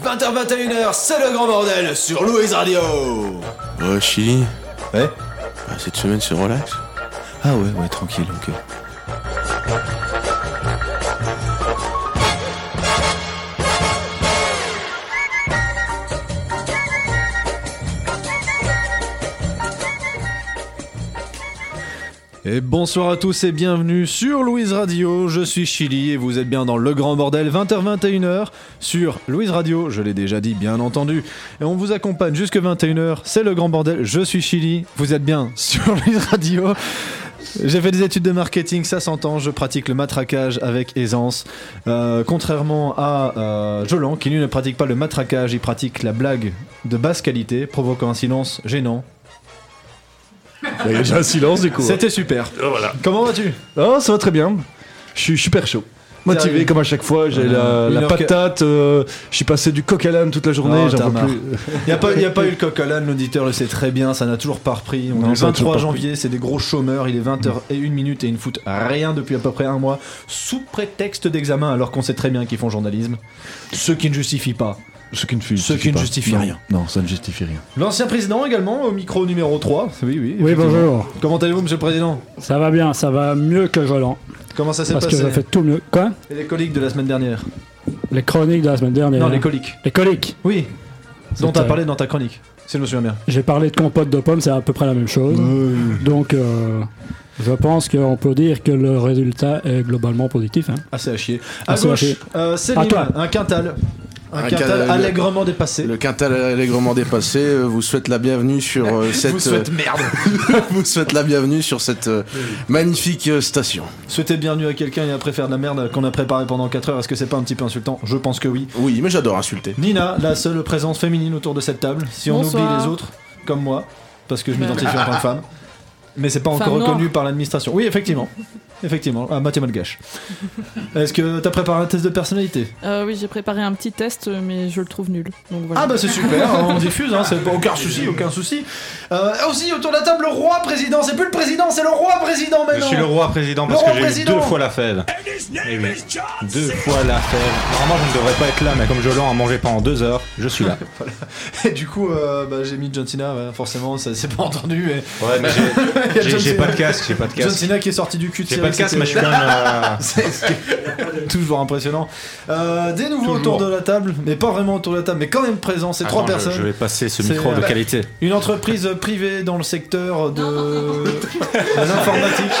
20h21h, c'est le grand bordel sur Louise Radio Oh, Chili, Ouais bah, cette semaine se relax. Ah ouais, ouais, tranquille, ok. Et bonsoir à tous et bienvenue sur Louise Radio, je suis Chili et vous êtes bien dans le grand bordel 20h21h sur Louise Radio, je l'ai déjà dit bien entendu. Et on vous accompagne jusque 21h, c'est le grand bordel, je suis Chili, vous êtes bien sur Louise Radio. J'ai fait des études de marketing, ça s'entend, je pratique le matraquage avec aisance. Euh, contrairement à euh, Jolan, qui lui ne pratique pas le matraquage, il pratique la blague de basse qualité, provoquant un silence gênant. Il y a déjà un silence du coup. C'était super. Euh, Comment vas-tu Oh, ça va très bien. Je suis super chaud. Motivé Sérieux comme à chaque fois, j'ai Voilà. la, Une la heure que- patate, euh, je suis passé du coq à l'âne toute la journée, Non, j'en t'as peux marre. plus. Il n'y a, pas- y a pas eu le coq à l'âne, l'auditeur le sait très bien, ça n'a toujours pas repris. On Non, est le ça n'a 23 toujours pas janvier, c'est des gros chômeurs, il est 20h et une minute et ils ne foutent rien depuis à peu près un mois, sous prétexte d'examen, alors qu'on sait très bien qu'ils font journalisme. Ce qui ne justifie pas. Ce qui ne justifie, Ce qui ne pas. justifie Non. rien. Non, ça ne justifie rien. L'ancien président également, au micro numéro 3. Oui, oui. Oui, effectivement. bonjour. Comment allez-vous, monsieur le président Ça va bien, ça va mieux que Jolan. Comment ça s'est Parce passé que je fais tout mieux. Quoi Et les coliques de la semaine dernière Les chroniques de la semaine dernière. Non, les coliques. Les coliques. Oui, dont Eh C'est, tu as euh, parlé dans ta chronique, si je me souviens bien. J'ai parlé de compote de pommes, c'est à peu près la même chose. Donc, euh, je pense qu'on peut dire que le résultat est globalement positif. hein. Assez à chier. À Ah, c'est à gauche, chier. euh, c'est À Lima, toi. un quintal. Un, Un quintal, quintal, allègrement dépassé. Le quintal allègrement dépassé euh, vous souhaite la bienvenue sur euh, cette Vous souhaite merde. euh, vous souhaite la bienvenue sur cette euh, magnifique euh, station. Souhaiter bienvenue à quelqu'un et après faire de la merde qu'on a préparé pendant 4 heures, est-ce que c'est pas un petit peu insultant Je pense que oui. Oui, mais j'adore insulter. Nina, la seule présence féminine autour de cette table, si on Bonsoir. oublie les autres, comme moi, parce que je Ouais. m'identifie en tant que femme. Mais c'est pas Femme encore noire. reconnu par l'administration. Oui, effectivement. Effectivement, à Mathieu Malgache. Est-ce que t'as préparé un test de personnalité Euh, oui, j'ai préparé un petit test, mais je le trouve nul. Donc voilà. Ah bah c'est super, on diffuse, hein, c'est pas aucun souci, aucun souci. Euh, aussi autour de la table, le roi président, c'est plus le président, c'est le roi président Je maintenant. suis le roi président Le parce roi que j'ai eu président. deux fois la fève. Eh oui. Deux fois la fève. Normalement, je ne devrais pas être là, mais comme Jolan a mangé pendant deux heures, je suis là. Et du coup, euh, bah, j'ai mis John Cena, ouais, forcément, ça s'est pas entendu. mais- Ouais, mais j'ai- Il y a j'ai John j'ai Cena- pas de casque, j'ai pas de John casque. Cena qui est sorti du cul de J'ai série, pas de casque, c'était- mais je suis quand même. euh, C'est- c'est- Toujours impressionnant. Euh, des nouveaux Toujours. autour de la table, mais pas vraiment autour de la table, mais quand même présent. C'est trois Attends, je- Je personnes. vais passer ce C'est, micro euh, de qualité. Une entreprise privée dans le secteur de, de l'informatique,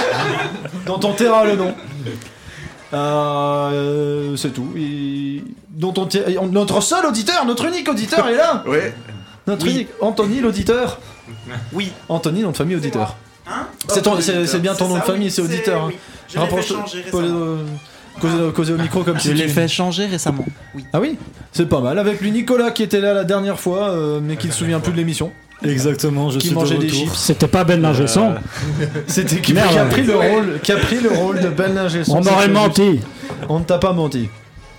dont on taira le nom. Euh, c'est tout. Et- dont on tira- et on- notre seul auditeur, notre unique auditeur est là. Ouais. Notre unique Anthony l'auditeur. Oui. Anthony, nom de famille auditeur. Hein C'est Bah, ton- c'est c'est bien ton nom de famille, c'est auditeur. hein. Je l'ai fait Rapproche- changer Paul, récemment. euh, causer- causer au micro comme Je si l'ai tu- fait changer récemment. Oui. Ah oui, c'est pas mal. Avec lui Nicolas qui était là la dernière fois, euh, mais qui ne se souvient plus de l'émission. Exactement, je Qui mangeait des chips. C'était pas Ben Linger son. C'était qui, Merde. qui a pris le rôle, qui a pris le rôle de Ben Linger. On m'aurait menti. On ne t'a pas menti.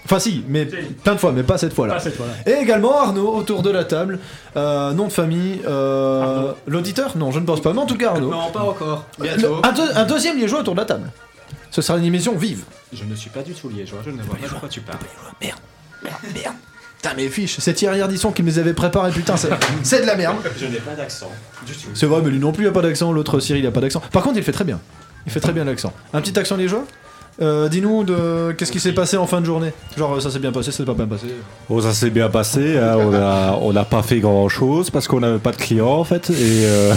Enfin si, mais plein de fois, mais pas cette fois-là. Et également Arnaud autour de la table, Euh, nom de famille, euh, l'auditeur Non, je ne pense pas, mais en tout cas Arnaud. pas encore. Le- un, deux- un deuxième liégeois autour de la table. Ce sera une émission vive. Je ne suis pas du tout liégeois, je ne vois pas de quoi tu parles. Putain, mes fiches, c'est Thierry Ardisson qui me les avait préparées, putain, c'est c'est de la merde. Je n'ai pas d'accent du tout. C'est vrai, mais lui non plus, il a pas d'accent. L'autre Cyril, il a pas d'accent. Par contre, il fait très bien. Il fait très bien l'accent. Un petit accent liégeois euh, Dis-nous de qu'est-ce qui s'est passé en fin de journée. Genre, euh, ça s'est bien passé, ça s'est pas bien passé. Oh, ça s'est bien passé, hein, on n'a on a pas fait grand chose parce qu'on n'avait pas de clients en fait. Et, euh,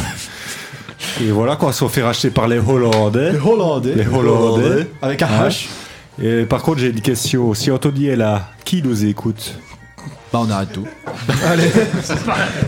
et voilà, quoi, on s'est fait racheter par les Hollandais. Les Hollandais. Les Hollandais. Avec un Ouais. H. Et par contre, j'ai une question. Si Anthony est là, qui nous écoute Bah, on arrête tout. Allez.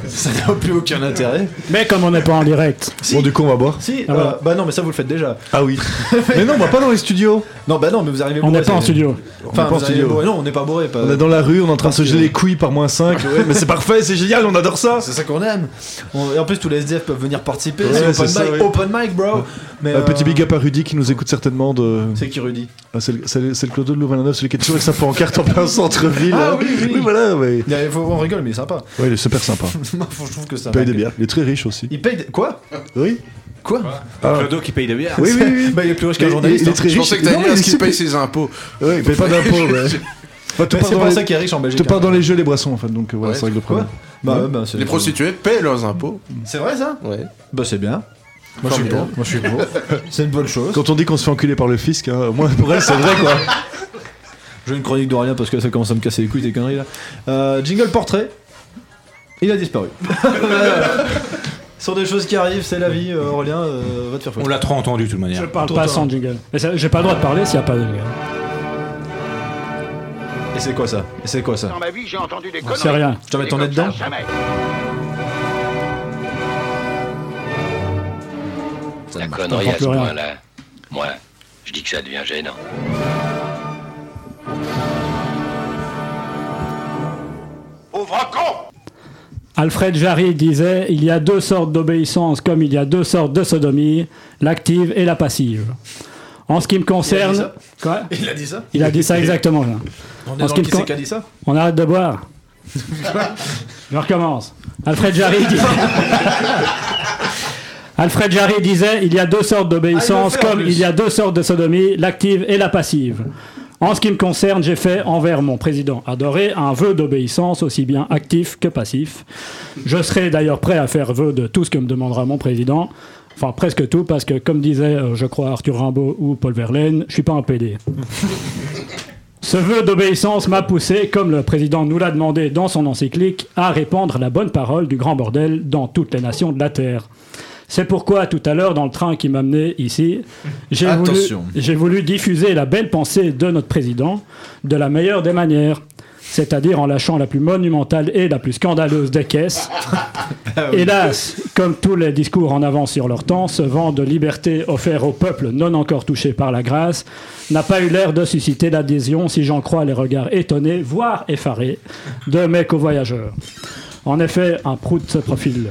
ça n'a plus aucun intérêt. Mais comme on n'est pas en direct, Bon, du coup, on va boire. Si, Ah, euh, voilà. bah non, mais ça vous le faites déjà. Ah oui. mais non, on va pas dans les studios. Non, bah non, mais vous arrivez on bourré, n'est pas en c'est- studio. Enfin, On est pas en vous arrivez studio. bourré. Non, on n'est pas bourré. Pas... On est dans la rue, on est en train de se geler les couilles par moins 5. mais c'est parfait, c'est génial, on adore ça. C'est ça qu'on aime. On- Et en plus, tous les SDF peuvent venir participer. Ouais, c'est open, c'est ça, mic, ouais. open mic, bro. Mais, Un petit euh, big up à Rudy qui nous écoute certainement de. C'est qui Rudy Ah, c'est le, c'est le- c'est le Clodo de Louvain-la-Neuve, celui qui est toujours avec sa pancarte en plein centre-ville. Ah hein. oui, oui. voilà, ouais. Il y a- faut- On rigole, mais il est sympa. Ouais, il est super sympa. Moi, je trouve que ça. Il paye va. des bières. Il est très riche aussi. Il paye des... Quoi Oui Quoi Ah. dos qui paye des bières. Oui, oui, oui. Bah, il est plus riche Il- qu'un il- journaliste. Il est très Je riche. pensais que t'allais Non, dire mais à ce il est qu'il super- paye ses impôts. Ouais, il paye pas d'impôts, ouais. Enfin, tout Mais part C'est dans pour les- ça qu'il y a riche en Belgique. tout part hein. dans les jeux, les boissons en fait, donc euh, voilà, Ouais. c'est vrai que le problème. Bah, ouais, bah, c'est- Les prostituées paient leurs impôts. C'est vrai ça Ouais. Bah c'est bien. Moi je suis pour. Moi je suis pour. C'est une bonne chose. Quand on dit qu'on se fait enculer par le fisc, hein, au moins pour elle c'est vrai quoi. J'ai une chronique d'Aurélien parce que ça commence à me casser les couilles tes conneries là. Euh, jingle portrait. Il a disparu. Ce sont des choses qui arrivent, c'est la vie. euh, Aurélien, euh, va te faire On foutre. l'a trop entendu de toute Je manière. parle pas sans jingle. Mais ça- J'ai pas le droit de parler s'il n'y a pas de jingle. Et c'est quoi ça Et c'est quoi ça ma vie, j'ai entendu des C'est rien. Je dois mettre ton nez dedans La connerie à ce Comprends plus rien. là moi, je dis que ça devient gênant. Alfred Jarry disait Il y a deux sortes d'obéissance comme il y a deux sortes de sodomie, l'active et la passive. En ce qui me concerne. ça Quoi Il a dit ça Il a dit ça exactement. là. On En Ah, est ce dans le qui me qui c'est con- qui a dit ça On arrête de boire. Je recommence. Alfred Jarry dit- Alfred Jarry disait il y a deux sortes d'obéissance Ah, il le fait, en comme plus. il y a deux sortes de sodomie, l'active et la passive. En ce qui me concerne, j'ai fait envers mon président adoré un vœu d'obéissance aussi bien actif que passif. Je serai d'ailleurs prêt à faire vœu de tout ce que me demandera mon président. Enfin, presque tout, parce que comme disait, euh, je crois, Arthur Rimbaud ou Paul Verlaine, je suis pas un PD. Ce vœu d'obéissance m'a poussé, comme le président nous l'a demandé dans son encyclique, à répandre la bonne parole du grand bordel dans toutes les nations de la Terre. C'est pourquoi tout à l'heure, dans le train qui m'amenait ici, j'ai voulu, Attention. j'ai voulu diffuser la belle pensée de notre président de la meilleure des manières, c'est-à-dire en lâchant la plus monumentale et la plus scandaleuse des caisses. Hélas, comme tous les discours en avance sur leur temps, ce vent de liberté offert au peuple non encore touché par la grâce n'a pas eu l'air de susciter l'adhésion, si j'en crois les regards étonnés, voire effarés, de mes co-voyageurs. En effet, un prout se profile.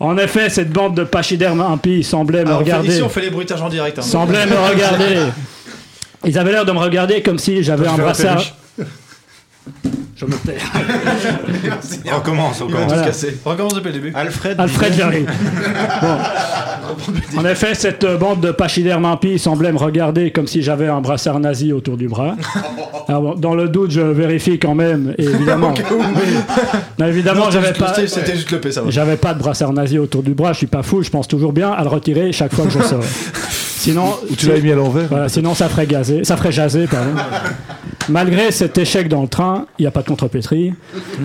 en effet, cette bande de pachydermes impies semblait me Alors, on fait- regarder Ici on fait les bruitages en direct. hein. semblait me regarder. Ils avaient l'air de me regarder comme si j'avais un brassard. Je me tais. On recommence, on recommence. Voilà. Cassé. On recommence depuis le début. Alfred. Alfred Jarry. Bon. En effet, cette euh, bande de pachydermes impies semblait me regarder comme si j'avais un brassard nazi autour du bras. Alors, bon, dans le doute, je vérifie quand même, et évidemment. Non, Ah, évidemment, j'avais pas. C'était juste le P, ça va. J'avais pas de brassard nazi autour du bras, je suis pas fou, je pense toujours bien à le retirer chaque fois que je sors. Sinon, Ou tu l'avais mis à l'envers. Voilà, sinon ça ferait gazer, ça ferait jaser, pardon. Malgré cet échec dans le train, il n'y a pas de contrepétrie,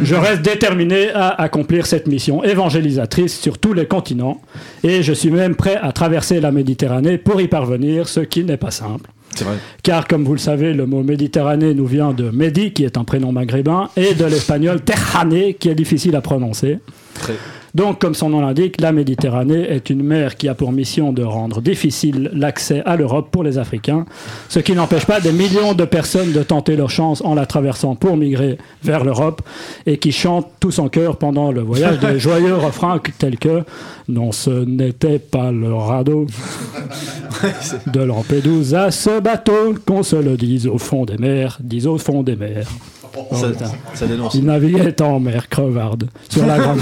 je reste déterminé à accomplir cette mission évangélisatrice sur tous les continents et je suis même prêt à traverser la Méditerranée pour y parvenir, ce qui n'est pas simple. C'est vrai. Car comme vous le savez, le mot Méditerranée nous vient de Mehdi, qui est un prénom maghrébin, et de l'espagnol Terrané, qui est difficile à prononcer. Très. Donc, comme son nom l'indique, la Méditerranée est une mer qui a pour mission de rendre difficile l'accès à l'Europe pour les Africains, ce qui n'empêche pas des millions de personnes de tenter leur chance en la traversant pour migrer vers l'Europe et qui chantent tous en chœur pendant le voyage des joyeux refrains tels que Non, ce n'était pas le radeau de Lampedusa à ce bateau, qu'on se le dise au fond des mers, dise au fond des mers. Oh, Ça, putain. ça dénonce. Il naviguait en mer crevarde sur la grande.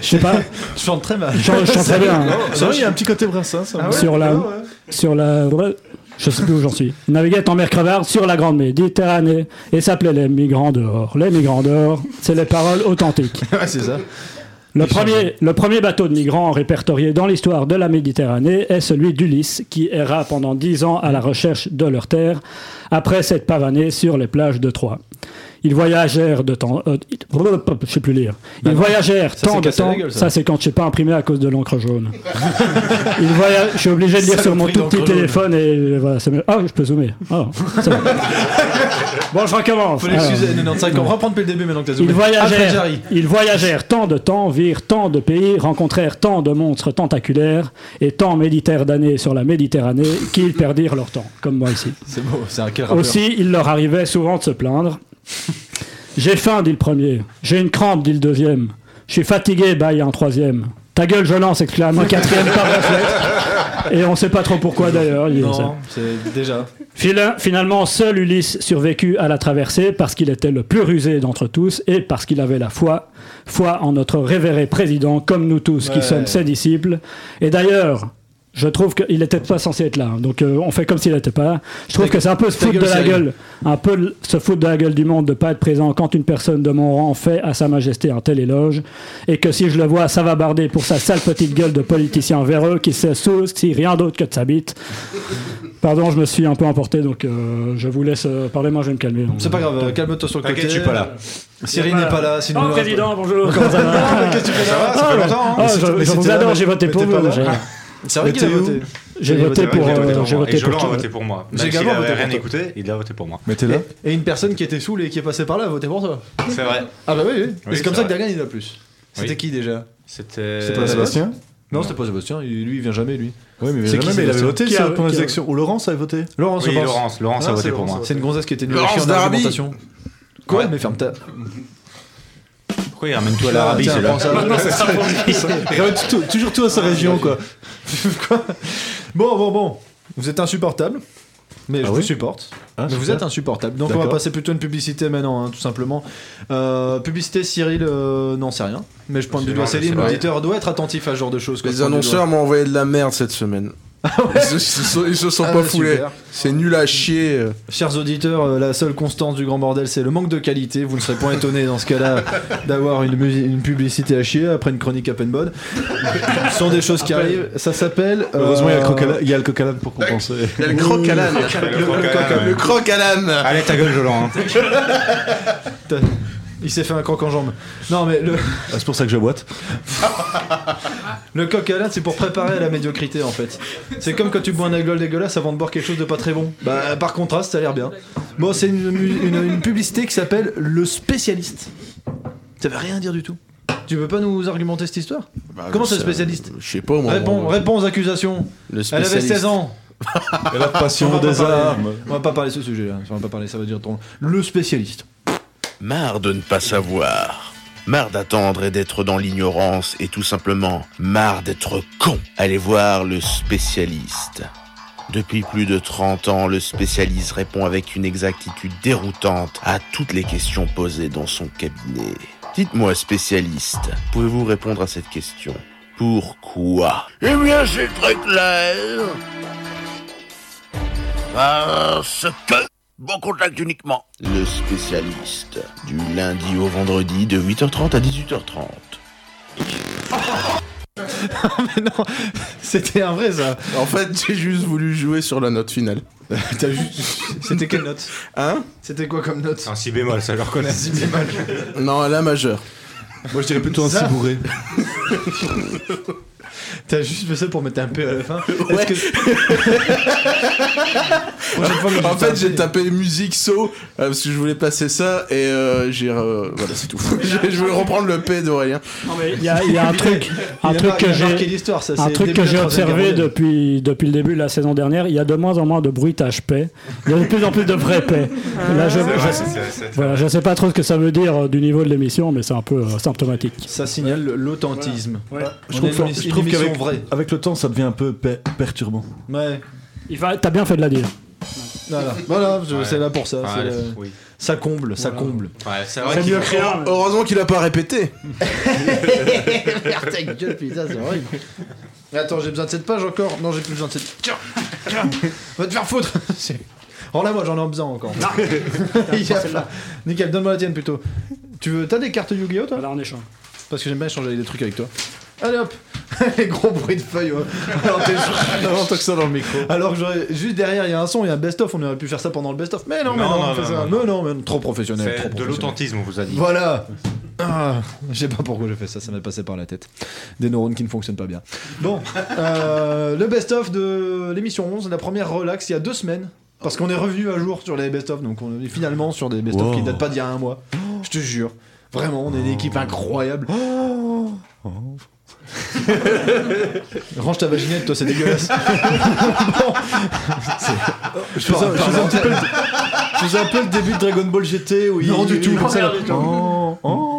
Je sais pas, Je chante très mal. Ah je chante- je chante très bien. hein. C'est vrai, il y a un petit côté brassin ça. sur la, sur la, je sais plus où j'en suis. Il naviguait en mer crevarde sur la grande Méditerranée et s'appelait les migrants dehors. Les migrants dehors, c'est les paroles authentiques. Ouais, c'est ça. Le premier, le premier bateau de migrants répertorié dans l'histoire de la Méditerranée est celui d'Ulysse, qui erra pendant dix ans à la recherche de leur terre, après s'être pavané sur les plages de Troie. Ils voyagèrent de temps... euh, je sais plus lire. Ils voyagèrent s'est tant de cassé la temps... gueule, ça. ça, c'est quand je sais pas imprimé à cause de l'encre jaune. Ils voya- Je suis obligé de lire sur mon Saloperie tout petit d'encre jaune. téléphone et voilà. c'est mieux. Ah, je peux zoomer. Ah, c'est bon. Bon, je recommence. Faut Alors. l'excuser. 95. On reprend depuis le début maintenant que t'as Ils zoomé. Ah, Alfred voyagèrent, Jarry. ils voyagèrent tant de temps, virent tant de pays, rencontrèrent tant de monstres tentaculaires et tant d'années sur la Méditerranée qu'ils perdirent leur temps, comme moi ici. C'est beau, c'est un quel rappeur. Aussi, il leur arrivait souvent de se plaindre. J'ai faim, dit le premier. J'ai une crampe, dit le deuxième. Je suis fatigué, baille un troisième. Ta gueule, je lance, exclame un quatrième par réflexe. Et on sait pas trop pourquoi d'ailleurs. il dit ça. Non, c'est déjà. Fila- Finalement, seul Ulysse survécut à la traversée parce qu'il était le plus rusé d'entre tous et parce qu'il avait la foi, foi en notre révéré président, comme nous tous qui Ouais. sommes ses disciples. Et d'ailleurs, Je trouve qu'il n'était pas censé être là. hein. Donc euh, on fait comme s'il n'était pas là. Je trouve Ta- que c'est un peu se ta foutre de gueule, la Cyril. gueule. Un peu le- se foutre de la gueule du monde de pas être présent quand une personne de mon rang fait à Sa Majesté un tel éloge. Et que si je le vois, ça va barder pour sa sale petite gueule de politicien véreux qui se si rien d'autre que de sa bite. Pardon, je me suis un peu emporté, donc euh, je vous laisse euh, parler, moi je vais me calmer. C'est pas grave, euh, calme-toi sur le côté. T'inquiète, je suis pas là. Cyril n'est pas là, sinon. Oh, on aurait- président, bonjour, comment ça va Ça va, ça Ah, fait ouais. longtemps. Ah, hein. je- je, vous adore, j'ai voté pour vous. j'ai- Ah. C'est vrai qu'il a voté. J'ai Il a voté voté pour. Il a voté euh, pour J'ai moi. Et voté Jolan a pour. voté pour moi. J'ai Même s'il également avait voté pour rien toi. écouté, il a voté pour moi. Mais t'es là Et et une personne qui était saoule et qui est passée par là a voté pour toi. C'est vrai. Ah bah oui, oui. Et Oui, c'est comme c'est ça que vrai. Dagan il a plus. C'était Oui. qui déjà C'était. euh, C'est pas Sébastien. Non, c'était pas Sébastien, il- lui il vient jamais lui. Oui, mais C'est qui, jamais, mais il avait Sébastien voté Qui sur a- la première qui a- élection. Ou Laurence avait voté Laurence, Oui, on pense. Laurence. Laurence a Ah, voté c'est pour moi. Laurence. C'est une gonzesse qui était nulle à Laurence chier en d'Arabie. argumentation. Quoi Mais ferme ta. Pourquoi il ramène tout à l'Arabie Ah, Tiens, celui-là prends ça. Ramène tout- toujours tout à sa région, quoi. Quoi Bon, bon, bon. Vous êtes insupportable. Mais je Ah vous oui supporte. Ah, mais vous super. êtes insupportable. Donc on D'accord. va passer plutôt à une publicité maintenant, hein, tout simplement. Euh, publicité, Cyril, euh, n'en sait rien. Mais je pointe du C'est doigt vrai, Céline. c'est vrai. L'auditeur doit être attentif à ce genre de choses. quoi, je Les pointe du annonceurs m'ont envoyé de la merde cette semaine. ils, se, ils se sont, ils se sont Ah, pas bah, foulés. super. C'est nul à chier. euh. Chers auditeurs, euh, la seule constance du grand bordel, c'est le manque de qualité. Vous ne serez point étonné dans ce cas-là d'avoir une, musi- une publicité à chier après une chronique à peine bonne. Ce sont des choses qui arrivent. Ça s'appelle. euh, Heureusement, il y a le Crocala- il y a le Coca-Cola pour compenser. Il y a le croc à l'âne. Le croc à l'âne, Le ouais. croc à l'âne. Allez, ta gueule, Jolan. hein. Il s'est fait un croc en jambe. Non, mais le, Ah, C'est pour ça que je boite. le coq à l'âne, c'est pour préparer à la médiocrité en fait. C'est comme quand tu bois un alcool dégueulasse avant de boire quelque chose de pas très bon. Bah, par contraste, ça a l'air bien. Bon, c'est une, mu- une- une publicité qui s'appelle Le spécialiste. Ça veut rien dire du tout. Tu peux pas nous argumenter cette histoire Comment c'est le spécialiste Je sais pas moi. Réponds, moi. réponds aux accusations. Le Elle avait 16 ans. Et la passion des armes. On va pas parler de ce sujet-là. On va pas parler, ça va dire ton. Le spécialiste. Marre de ne pas savoir. Marre d'attendre et d'être dans l'ignorance et tout simplement marre d'être con. Allez voir le spécialiste. Depuis plus de 30 ans, le spécialiste répond avec une exactitude déroutante à toutes les questions posées dans son cabinet. Dites-moi, spécialiste, pouvez-vous répondre à cette question Pourquoi Eh bien, c'est très clair. Parce que... Bon contact uniquement. Le spécialiste. Du lundi au vendredi de 8h30 à 18h30. C'était un vrai ça. En fait, j'ai juste voulu jouer sur la note finale. T'as juste- C'était quelle note Hein C'était quoi comme note C'est Ah, un si bémol, ça je le reconnais. Non, la majeure. Moi, je dirais plutôt un Ça. cibouré. T'as juste fait ça pour mettre un P à la fin Est-ce que... Prochaine fois que je En fais un fait, j'ai P- tapé musique saut euh, parce que je voulais passer ça et euh, j'ai. euh, voilà, c'est tout. je je voulais reprendre le P d'Aurélien. Il y a, il y a un truc, Il un a truc mar- il que a marqué j'ai. l'histoire, ça, Un c'est truc début de la que j'ai Troisième Guerre observé mondiale. depuis, depuis le début de la saison dernière, il y a de moins en moins de bruitage paix. Il y a de plus en plus de vrais paix. Là, je, C'est vrai, je- c'est- c'est- c'est- voilà, je sais pas trop ce que ça veut dire euh, du niveau de l'émission, mais c'est un peu euh, symptomatique. Ça signale l'authentisme. Je On trouve, est ça- une- je une trouve émission qu'avec vraie. avec le temps, ça devient un peu pe- perturbant. Ouais. Il va- T'as bien fait de la dire. Voilà, voilà je- Ouais. c'est là pour ça. Ouais, c'est le- oui. Ça comble, ça comble. Ouais, c'est vrai qu'il mieux que rien, mais- Heureusement qu'il a pas répété. Attends, j'ai besoin de cette page encore. Non, j'ai plus besoin de cette. Tiens, tiens, va te faire foutre. C'est- Oh là, moi j'en ai besoin encore. Il y a- Nickel, donne-moi la tienne plutôt. Tu veux, t'as des cartes Yu-Gi-Oh toi Voilà, en échange. Parce que j'aime bien échanger des trucs avec toi. Allez hop, les gros bruits de feuilles. ouais. Alors, t'es- Avant que ça dans le micro. Alors que j'aurais- juste derrière, il y a un son, il y a un best-of. On aurait pu faire ça pendant le best-of. Mais non, mais non, Non, non, non, on fait non, ça. non. Mais non, mais non, trop professionnel. trop fait de professionnel. l'authentisme, on vous a dit. Voilà. Ah, je sais pas pourquoi j'ai fait ça, ça m'est passé par la tête. Des neurones qui ne fonctionnent pas bien. Bon, euh, le best-of de l'émission 11, la première relax il y a deux semaines. Parce qu'on est revenu à jour sur les best-of, donc on est finalement sur des best-of qui datent pas d'il y a un mois. Je te jure. Vraiment, on est une équipe incroyable. Range ta vaginette, toi, c'est dégueulasse. Bon. C'est- Je faisais, je faisais un petit peu le, je faisais un peu le début de Dragon Ball GT où il Non, du il- tout. il- comme ça, Non, là. du tout. Oh, oh.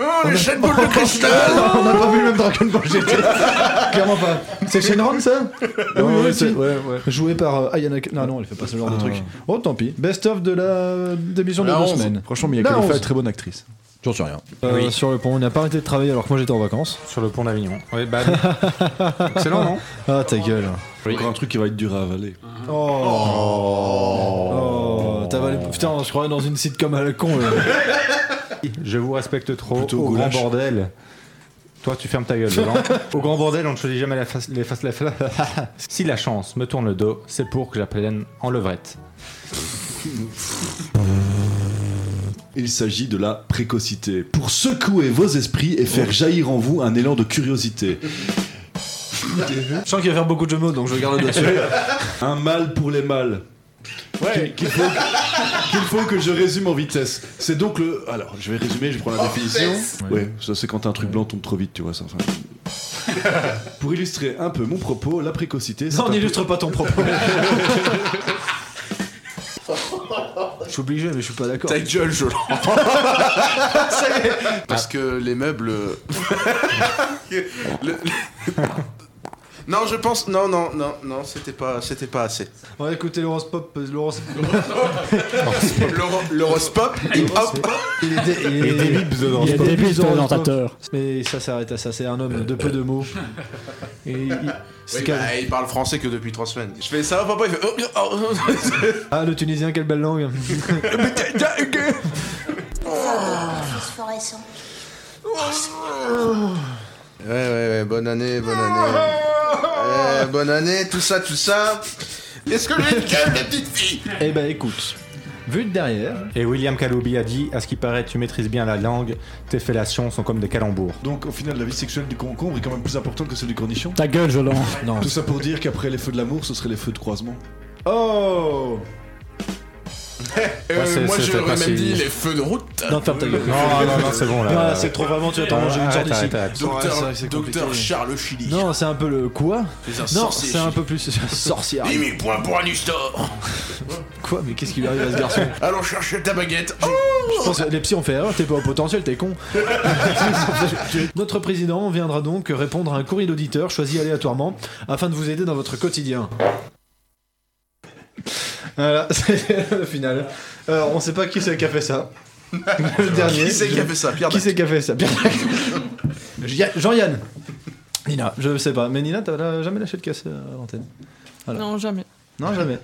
Oh, le jet de boule de cristal On n'a pas vu le même Dragon Ball GT. Clairement pas. C'est Shenron ça Ouais, ouais, oui, c'est- si. ouais, ouais. Ah. Joué par euh, Ayana. K- Non, non, elle fait pas ce genre de truc. Oh, tant pis. Best of de la d'émission de La deux 11. semaines. Franchement, Mia La Khalifa est 11. très bonne actrice. J'en sais rien. Euh, Oui. Sur le pont, on n'a pas arrêté de travailler alors que moi j'étais en vacances. Sur le pont d'Avignon. Ouais, bah. Excellent, non Ah, ta gueule. Encore un truc qui va être dur à avaler. Oh, T'as valé- Putain, je crois dans une sitcom à la con. là. Je vous respecte trop. Plutôt au grand goulash. bordel. Toi, tu fermes ta gueule, Roland. Au grand bordel, on ne choisit jamais la face, les faces. La face- si la chance me tourne le dos, c'est pour que j'apprenne en levrette. Il s'agit de la précocité. Pour secouer vos esprits et faire jaillir en vous un élan de curiosité. Je sens qu'il va faire beaucoup de jeux de mots donc je garde le doigt dessus. un mal pour les mâles. Qu'il- Qu'il faut, qu'il faut que je résume en vitesse. C'est donc le. Alors, je vais résumer, je prends la définition. Ouais, ça c'est quand un truc blanc tombe trop vite, tu vois ça. enfin. Pour illustrer un peu mon propos, la précocité. c'est Non, un peu- n'illustre pas ton propos. Je suis obligé, mais je suis pas d'accord. Ta gueule, je l'entends. Ça y est. Parce que les meubles. euh, Le- le- Non, je pense. Non, non, non, non, c'était pas, c'était pas assez. On va écouter Laurence Pop. euh, Laurence... L'euro- L'Eurospop, hip hop. Il est dé- il est- Il y a des bips dedans. il y a Il y a des bips dans dedans. Laurence Pop. Mais ça s'arrête à ça, c'est un homme de peu de mots. Et il- c'est Oui, quel- bah, il parle français que depuis trois semaines. Je fais ça, va, papa, il fait. oh, oh, oh. Ah, le Tunisien, quelle belle langue. Phosphorescent. Ouais, ouais, ouais, bonne année, bonne année. Euh, bonne année, tout ça, tout ça. Est-ce que j'ai une gueule de petite fille Eh ben écoute, vu de derrière. Et William Kaloubi a dit À ce qui paraît, tu maîtrises bien la langue, tes fellations sont comme des calembours. Donc, au final, la vie sexuelle du concombre est quand même plus importante que celle du cornichon. Ta gueule, Jolan. Non. Tout ça pour dire qu'après les feux de l'amour, ce serait les feux de croisement. Oh Euh, Ouais, c'est- Moi, c'est- c'est j'aurais pas même si- dit les feux de route. Non, ferme ta gueule. Non, non, non, c'est bon là. Ah, c'est trop vraiment, tu vas t'en Ah, manger une sorte arrête, d'ici. arrête, arrête. Docteur, Ouais, c'est- c'est docteur compliqué. Charles Chili. Non, c'est un peu le quoi C'est un Non, sorcier, c'est un Chili. peu plus sorcière. 10 000 points pour Anustor. Quoi Mais qu'est-ce qui lui arrive à ce garçon Allons chercher ta baguette. Oh, Je pense que les psys ont fait erreur, t'es pas au potentiel, t'es con. Notre président viendra donc répondre à un courrier d'auditeurs choisi aléatoirement afin de vous aider dans votre quotidien. Voilà, c'est le final. Alors, on sait pas qui c'est qui a fait ça. Le dernier. Qui c'est qui a fait ça Pierre Qui Dac. c'est qui a fait ça Pierre Dac. Jean- Jean-Yann. Nina, je sais pas. Mais Nina, t'as la- jamais lâché de caisse euh, à l'antenne Voilà. Non, jamais. Non, jamais.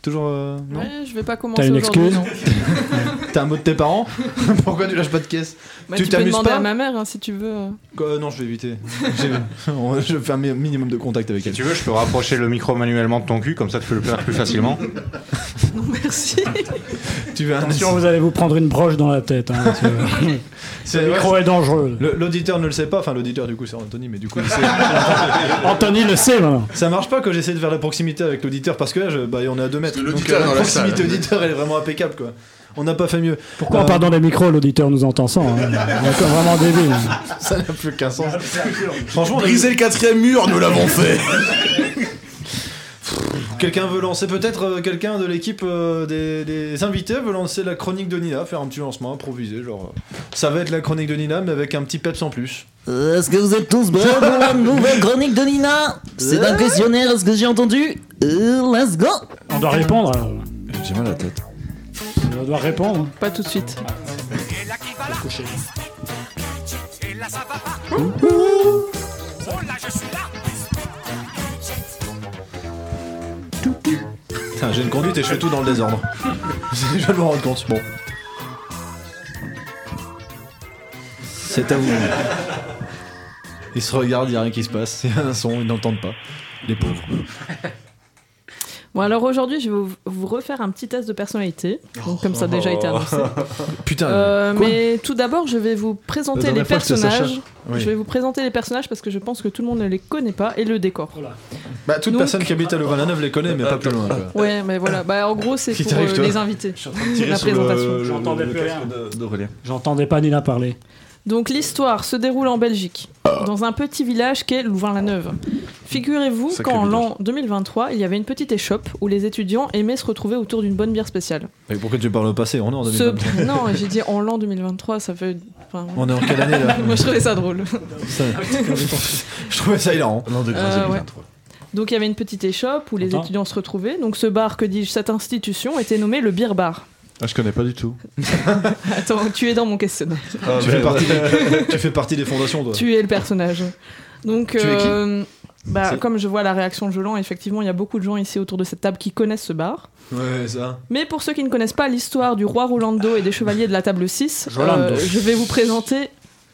Toujours. euh, non Ouais, je vais pas commencer T'as une aujourd'hui, excuse non. T'as un mot de tes parents Pourquoi tu lâches pas de caisse Bah, Tu tu peux t'amuses demander à pas ma mère hein, si tu veux. Quoi, Non, je vais éviter. J'ai- on- je vais faire un mi- minimum de contact avec Si elle. tu veux, je peux rapprocher le micro manuellement de ton cul, comme ça tu peux le faire plus facilement. Non, merci. Tu veux un Attention, vous allez vous prendre une broche dans la tête. hein, parce que- C'est- le micro ouais, est dangereux. le- L'auditeur ne le sait pas, enfin l'auditeur du coup c'est Anthony, mais du coup il sait. Anthony le sait hein. maintenant. ça marche pas que j'essaie de faire la proximité avec l'auditeur parce que là je- bah, on est à 2 mètres. Parce que Donc l'auditeur la dans la salle. proximité auditeur elle est vraiment impeccable quoi. On n'a pas fait mieux. Pourquoi Euh, on parle dans les micros L'auditeur nous entend sans. hein. On est comme vraiment débile. hein. Ça n'a plus qu'un sens. Franchement, on a- Briser le quatrième mur, nous l'avons fait. quelqu'un veut lancer peut-être euh, quelqu'un de l'équipe euh, des, des invités veut lancer la chronique de Nina, faire un petit lancement improvisé genre. euh, Ça va être la chronique de Nina mais avec un petit peps en plus. Est-ce que vous êtes tous prêts pour la nouvelle chronique de Nina C'est un questionnaire, est-ce que j'ai entendu Euh, Let's go On doit répondre alors. J'ai mal à la tête. On doit répondre. hein. Pas tout de suite. Putain, j'ai une conduite et je fais tout dans le désordre. je viens de me rendre compte. Bon. C'est à vous. Ils se regardent, il a rien qui se passe. Il y a un son, ils n'entendent pas. Les pauvres. Bon, alors aujourd'hui, je vais vous- vous refaire un petit test de personnalité. Donc, comme ça a déjà été annoncé. Oh. Putain. Euh, quoi mais tout d'abord, je vais vous présenter La les dernière fois, c'était Sacha. personnages. Oui. Je vais vous présenter les personnages parce que je pense que tout le monde ne les connaît pas et le décor. Bah, toute donc- personne qui habite à Louvain-la-Neuve les connaît, mais pas plus loin. quoi. Ouais, mais voilà. Bah, en gros, c'est Qui pour t'arrive, euh, toi les invités. Tirez La sur le- présentation. le- J'entendais le plus casque rien. de- d'Aurélien. J'entendais pas Nina parler. Donc l'histoire se déroule en Belgique, Ah. dans un petit village qu'est Louvain-la-Neuve. Figurez-vous Sacré qu'en village. l'an 2023, il y avait une petite échoppe où les étudiants aimaient se retrouver autour d'une bonne bière spéciale. Mais pourquoi tu parles au passé On est en Ce- 2023. Non, j'ai dit en l'an 2023, ça fait... enfin, On est en quelle année là Moi je trouvais ça drôle. Ça- Ah, Je trouvais ça hilarant. Non, de Euh, ouais. Donc il y avait une petite échoppe où les Attends. étudiants se retrouvaient. Donc ce bar, que dis-je, cette institution était nommée le Beer Bar. Ah, je connais pas du tout. Attends, tu es dans mon questionnaire. Ah, tu, mais fais partie ouais. des, tu fais partie des fondations, toi. Tu es le personnage. Donc, Tu es qui euh, bah, C'est- comme je vois la réaction de Jolan, effectivement, il y a beaucoup de gens ici autour de cette table qui connaissent ce bar. Ouais, ça. Mais pour ceux qui ne connaissent pas l'histoire du roi Rolando et des chevaliers de la table 6, euh, Rolando. je vais vous présenter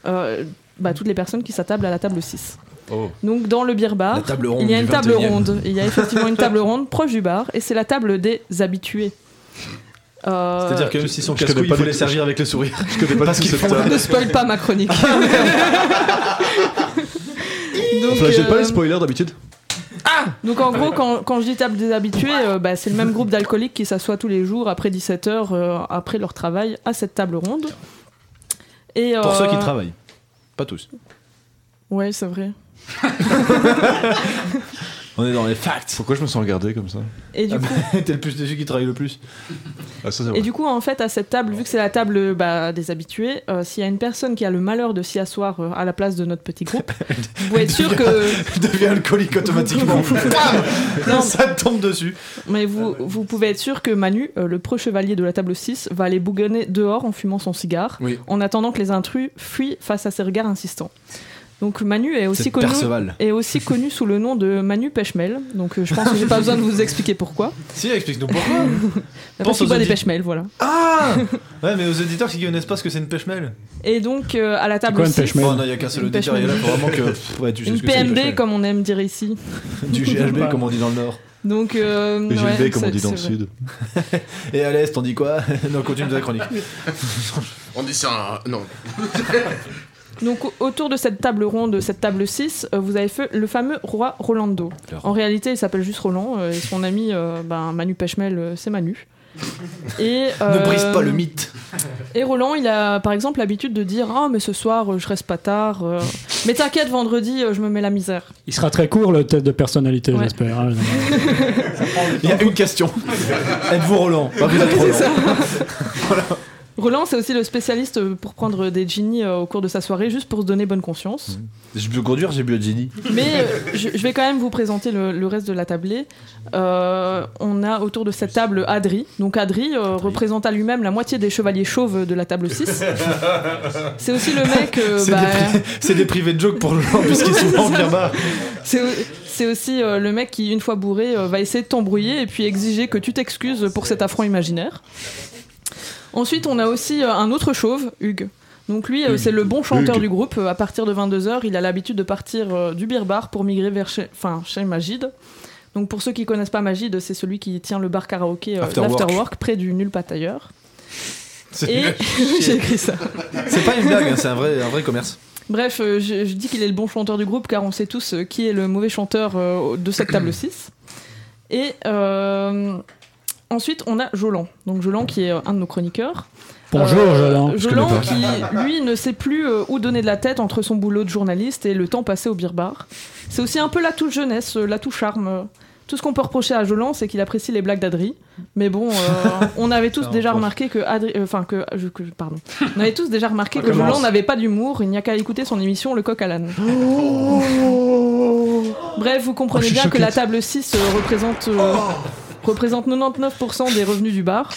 euh, bah, toutes les personnes qui s'attablent à la table 6. Oh. Donc dans le beer bar, La table ronde Ah, il y a du une table 21e. ronde. Il y a effectivement une table ronde proche du bar et c'est la table des habitués. Euh, C'est-à-dire que même s'ils sont je connais casse-couilles, pas il faut du les tout. servir avec le sourire. Je connais pas Parce du tout qu'ils cette euh, font table. Ne spoil pas ma chronique. Donc, Flashait pas euh, les spoilers d'habitude donc en gros, quand, quand je dis table des habitués, euh, bah, c'est le même groupe d'alcooliques qui s'assoit tous les jours après 17h, après leur travail, à cette table ronde. Et, Pour euh, ceux qui travaillent. Pas tous. Ouais, c'est vrai. On est dans les facts. Ah, Pourquoi je me sens regardé comme ça Et du, coup, T'es le plus de ceux qui travaillent le plus. Ah, ça, c'est et du coup, en fait, à cette table, vu que c'est la table bah, des habitués, euh, s'il y a une personne qui a le malheur de s'y asseoir euh, à la place de notre petit groupe, vous pouvez être sûr que. devient alcoolique automatiquement. Non. Ça te tombe dessus. Mais Euh, vous, vous pouvez être sûr que Manu, euh, le pro-chevalier de la table 6, va aller bougonner dehors en fumant son cigare, Oui. en attendant que les intrus fuient face à ses regards insistants. Donc Manu est aussi, C'est connu, Perceval. est aussi connu sous le nom de Manu Pêchemel, donc euh, je pense que j'ai pas besoin de vous expliquer pourquoi. Si, explique-nous pourquoi. Parce qu'il aux boit des auditeurs. pêchemels, voilà. Ah Ouais, mais aux auditeurs qui connaissent pas ce que c'est une pêche-mêle. Et donc euh, à la table quoi une 6, pêche-mêle Oh, non, y a qu'un seul Une auditeur, pêche-mêle. il y en a vraiment que- pff, ouais, tu sais Une ce que c'est, une PMB pêche-mêle. comme on aime dire ici. Du GHB, comme on dit dans le Nord. Donc, euh, Et ouais, GLB, comme on c'est- dit dans le c'est Sud. Et à l'Est, on dit quoi Non, continue ta chronique. On dit ça. euh, Non. Donc au- autour de cette table ronde, cette table 6, euh, vous avez fait le fameux roi Rolando. Le roi. En réalité, il s'appelle juste Roland euh, et son ami euh, ben, Manu Pêchemel, euh, c'est Manu. Et, euh, Ne brise pas le mythe. Et Roland, il a par exemple l'habitude de dire Ah, mais ce soir, euh, je reste pas tard. euh, mais t'inquiète, vendredi, euh, je me mets la misère. Il sera très court le test de personnalité, Ouais. j'espère. hein. Il y a une question. Êtes-vous Roland Pas vous êtes C'est Roland. ça. Roland, c'est aussi le spécialiste euh, pour prendre des genies euh, au cours de sa soirée, juste pour se donner bonne conscience. J'ai pu conduire, j'ai bu à Jenny. Mais euh, je, je vais quand même vous présenter le, le reste de la tablée. Euh, on a autour de cette table Adri. Donc Adri euh, représente à lui-même la moitié des chevaliers chauves de la table 6. C'est aussi le mec. euh, C'est bah, des, pri- c'est des privés de joke pour le gens, puisqu'il est souvent bien bas. c'est au- c'est aussi euh, le mec qui, une fois bourré, euh, va essayer de t'embrouiller et puis exiger que tu t'excuses pour cet affront imaginaire. Ensuite, on a aussi euh, un autre chauve, Hugues. Donc lui, euh, c'est le bon chanteur Hugues. du groupe. Euh, À partir de 22h, il a l'habitude de partir euh, du beer bar pour migrer vers chez, enfin, chez Magid. Donc pour ceux qui connaissent pas Magid, c'est celui qui tient le bar karaoké euh, After Work. l'Afterwork près du Nul Pas Ailleurs. C'est Et nul. j'ai écrit ça. C'est pas une blague, hein, c'est un vrai, un vrai commerce. Bref, euh, je, je dis qu'il est le bon chanteur du groupe car on sait tous euh, qui est le mauvais chanteur euh, de cette table 6. Et euh, ensuite, on a Jolan. Donc Jolan qui est euh, un de nos chroniqueurs. Euh, Bonjour, Jolan. Je Jolan connais pas. qui, lui, ne sait plus euh, où donner de la tête entre son boulot de journaliste et le temps passé au beer bar. C'est aussi un peu la touche jeunesse, euh, la touche charme. euh. Tout ce qu'on peut reprocher à Jolan, c'est qu'il apprécie les blagues d'Adri. Mais bon, euh, on avait tous Ça, on déjà pense. remarqué que Adri, euh, enfin que, je- que- pardon, on avait tous déjà remarqué On que commence. Jolan n'avait pas d'humour. Il n'y a qu'à écouter son émission Le Coq à l'âne. Bref, vous comprenez Oh, je suis bien choquée. que la table 6 euh, représente, euh, représente 99% des revenus du bar.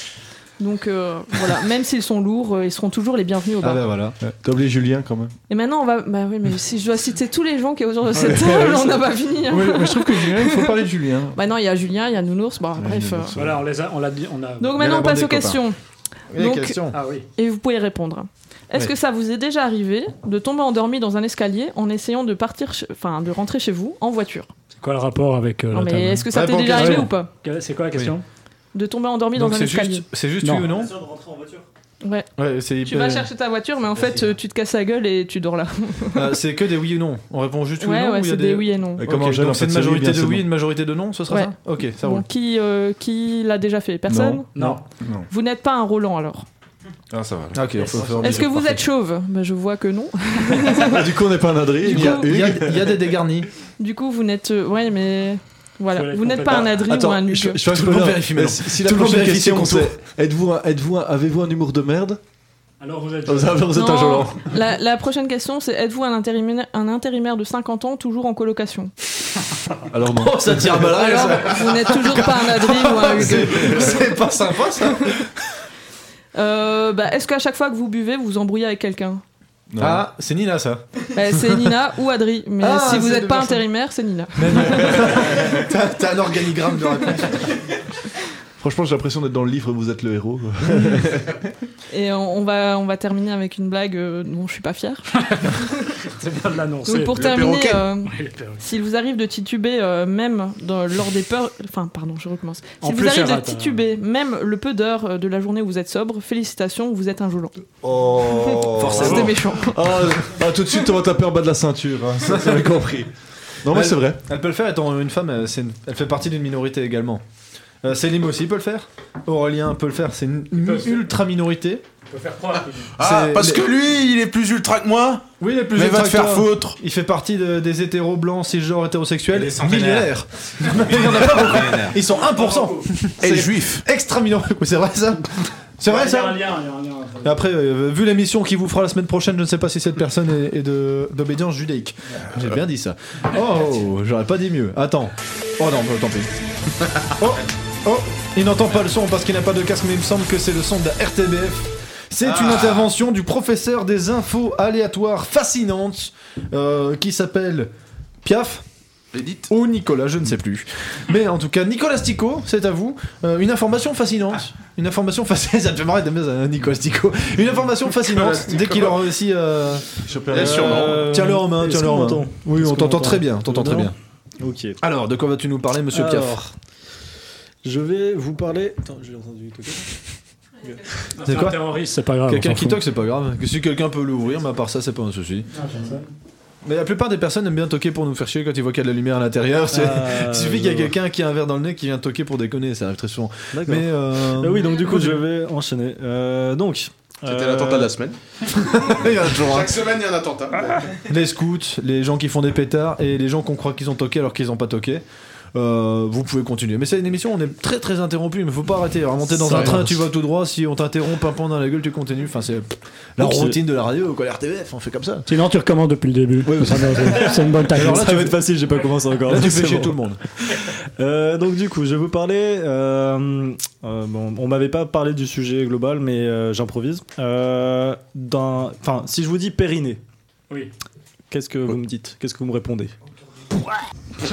Donc euh, voilà, même s'ils sont lourds, euh, ils seront toujours les bienvenus au Ah bah. bar. voilà. T'as oublié Julien quand même. Et maintenant, on va. Bah oui, mais si je dois citer tous les gens qui sont autour de cette Ouais, table, ouais, on n'a ça- pas fini. hein. Ouais, mais je trouve que Julien, il faut parler de Julien. Bah non, il y a Julien, il y a Nounours, bon, bref. euh, Voilà, on les a, on l'a dit, on a. Donc maintenant, on passe aux questions. Les Donc- questions. Ah oui. Et vous pouvez répondre. Est-ce Oui. que ça vous est déjà arrivé de tomber endormi dans un escalier en essayant de partir, che- enfin, de rentrer chez vous en voiture C'est quoi le rapport avec euh, Non, la mais table est-ce que ça t'est déjà arrivé ou pas Que- C'est quoi la question De tomber endormi dans un escalier Ouais. Ouais, c'est Tu vas chercher ta voiture, mais en fait, euh, tu te casses la gueule et tu dors là. Ah, c'est que des oui ou non. On répond juste oui Ouais, ou non. ouais, ou il y a c'est des oui et non. Ok, Et comment donc Angèle, en c'est fait, une c'est oui, majorité bien, de c'est oui, non. une majorité de non, ce sera Ouais. ça Ok, ça Bon, roule. Qui, euh, qui l'a déjà fait Personne Non. Non. Vous n'êtes pas un Roland alors Ah, ça va. Ok, on peut faire Est-ce que vous êtes chauve Bah, Je vois que non. Ah, du coup, on n'est pas un Adrien. Il y a- il y a- il y a des dégarnis. du coup, vous n'êtes. euh, ouais, mais. Voilà. Faut Vous n'êtes pas un Adri ou un Hugues. Je, je fais un Tout le spoiler. monde vérifie Mais maintenant. Si, si la Tout le monde prochaine vérifie ses question contours. c'est êtes-vous, un- êtes-vous, un- avez-vous un humour de merde Alors vous êtes. Vous êtes- vous êtes un Non, Jolan. La, la prochaine question, c'est êtes-vous un intérimaire, un intérimaire de 50 ans toujours en colocation Alors non. Oh, ça tire à Ah, Ah, balles, Alors, ça. vous n'êtes toujours pas un Adri ou un Hugues. C'est- C'est pas sympa ça. Euh, bah, Est-ce qu'à chaque fois que vous buvez, vous vous embrouillez avec quelqu'un Ah, c'est Nina ça. Bah, C'est Nina ou Adri. Mais Ah, si vous c'est n'êtes pas dommage. intérimaire, c'est Nina. T'as t'as un organigramme de raconte. Franchement, j'ai l'impression d'être dans le livre, vous êtes le héros. Et on on va, on va terminer avec une blague euh, dont je suis pas fière. Ah, C'est bien de l'annoncer. Donc pour terminer, euh, Ouais, le perroquet. s'il vous arrive de tituber euh, même dans- lors des peurs, enfin pardon, je recommence. En S'il plus, vous arrive elle de rate, hein. tituber même le peu d'heures euh, de la journée où vous êtes sobre, félicitations, vous êtes un joulant. Oh, Forcément. C'était méchant. Ah, ah, tout de suite, on va taper en bas de la ceinture. euh, hein. Ça, vous avez compris. Non, mais Elle- c'est vrai. Elle peut le faire étant une femme, elle, c'est une- elle fait partie d'une minorité également. Euh, Selim aussi peut le faire. Aurélien peut le faire, c'est une, une ultra minorité. peut faire croire que- Ah, C'est- parce mais- que lui, il est plus ultra que moi Oui, il est plus Mais ultra va te que faire toi. foutre Il fait partie de- des hétéros blancs, cisgenres hétérosexuels, millionnaires. Il y en a pas beaucoup. Ils sont 1% Et juifs Extra minorité. Oui, c'est vrai ça C'est vrai Il y a ça un lien, il y a un lien. Et Après, euh, vu l'émission qu'il vous fera la semaine prochaine, je ne sais pas si cette personne est, est de- d'obédience judaïque. J'ai bien dit ça. Oh, j'aurais pas dit mieux. Attends. Oh non, bah, tant pis. Oh, oh, il n'entend pas le son parce qu'il n'a pas de casque, mais il me semble que c'est le son de la RTBF. C'est une intervention du professeur des infos aléatoires fascinantes euh, qui s'appelle Piaf. Ou Oh, Nicolas, je ne sais plus. Mais en tout cas, Nicolas Stico, c'est à vous. Euh, une information fascinante. Une information fascinante. Ça me fait marrer d'aimer ça, Nicolas Stico. Une information fascinante. Dès qu'il aura réussi à. Euh, Là, sûrement. Tiens-le en main, Est-ce tiens-le qu'on en main. m'entend Oui, Est-ce on qu'on t'entend m'entend très bien. on t'entend très bien. Ok. Alors, de quoi vas-tu nous parler, monsieur Piaf Alors, Je vais vous parler. Attends, j'ai entendu toquer. C'est quoi terroriste, c'est pas grave. Quelqu'un on s'en qui fout. toque, c'est pas grave. Que Si quelqu'un peut l'ouvrir, mais à part ça, c'est pas un souci. Mais la plupart des personnes aiment bien toquer pour nous faire chier quand ils voient qu'il y a de la lumière à l'intérieur. C'est- Ah, Il suffit qu'il y je a vois. quelqu'un qui a un verre dans le nez qui vient toquer pour déconner, ça arrive très souvent. D'accord. Mais euh, Euh, oui, donc du coup, je continue. vais enchaîner. Euh, donc. C'était euh, l'attentat de la semaine. Euh, Il y en a toujours un. Chaque semaine, il y a un Ah, attentat. Les scouts, les gens qui font des pétards et les gens qu'on croit qu'ils ont toqué alors qu'ils n'ont pas toqué. Euh, vous pouvez continuer. Mais c'est une émission, on est très très interrompu, mais faut pas arrêter. Remonter dans Ça un train, avance. tu vas tout droit. Si on t'interrompt, un pan dans la gueule, tu continues. Enfin, c'est la Donc, c'est- routine de la radio, quoi. RTBF, on fait comme ça. Sinon, tu recommences depuis le début. Ça va, c'est- c'est une bonne tactique. Alors là, ça va être facile, j'ai pas commencé encore. Là, tu donc fais c'est chier bon. tout le monde. Euh, donc du coup, je vais vous parler. euh, euh, bon, on m'avait pas parlé du sujet global, mais euh, j'improvise. Euh, d'un- Enfin, si je vous dis périnée, Oui. qu'est-ce que vous me dites Qu'est-ce que vous me répondez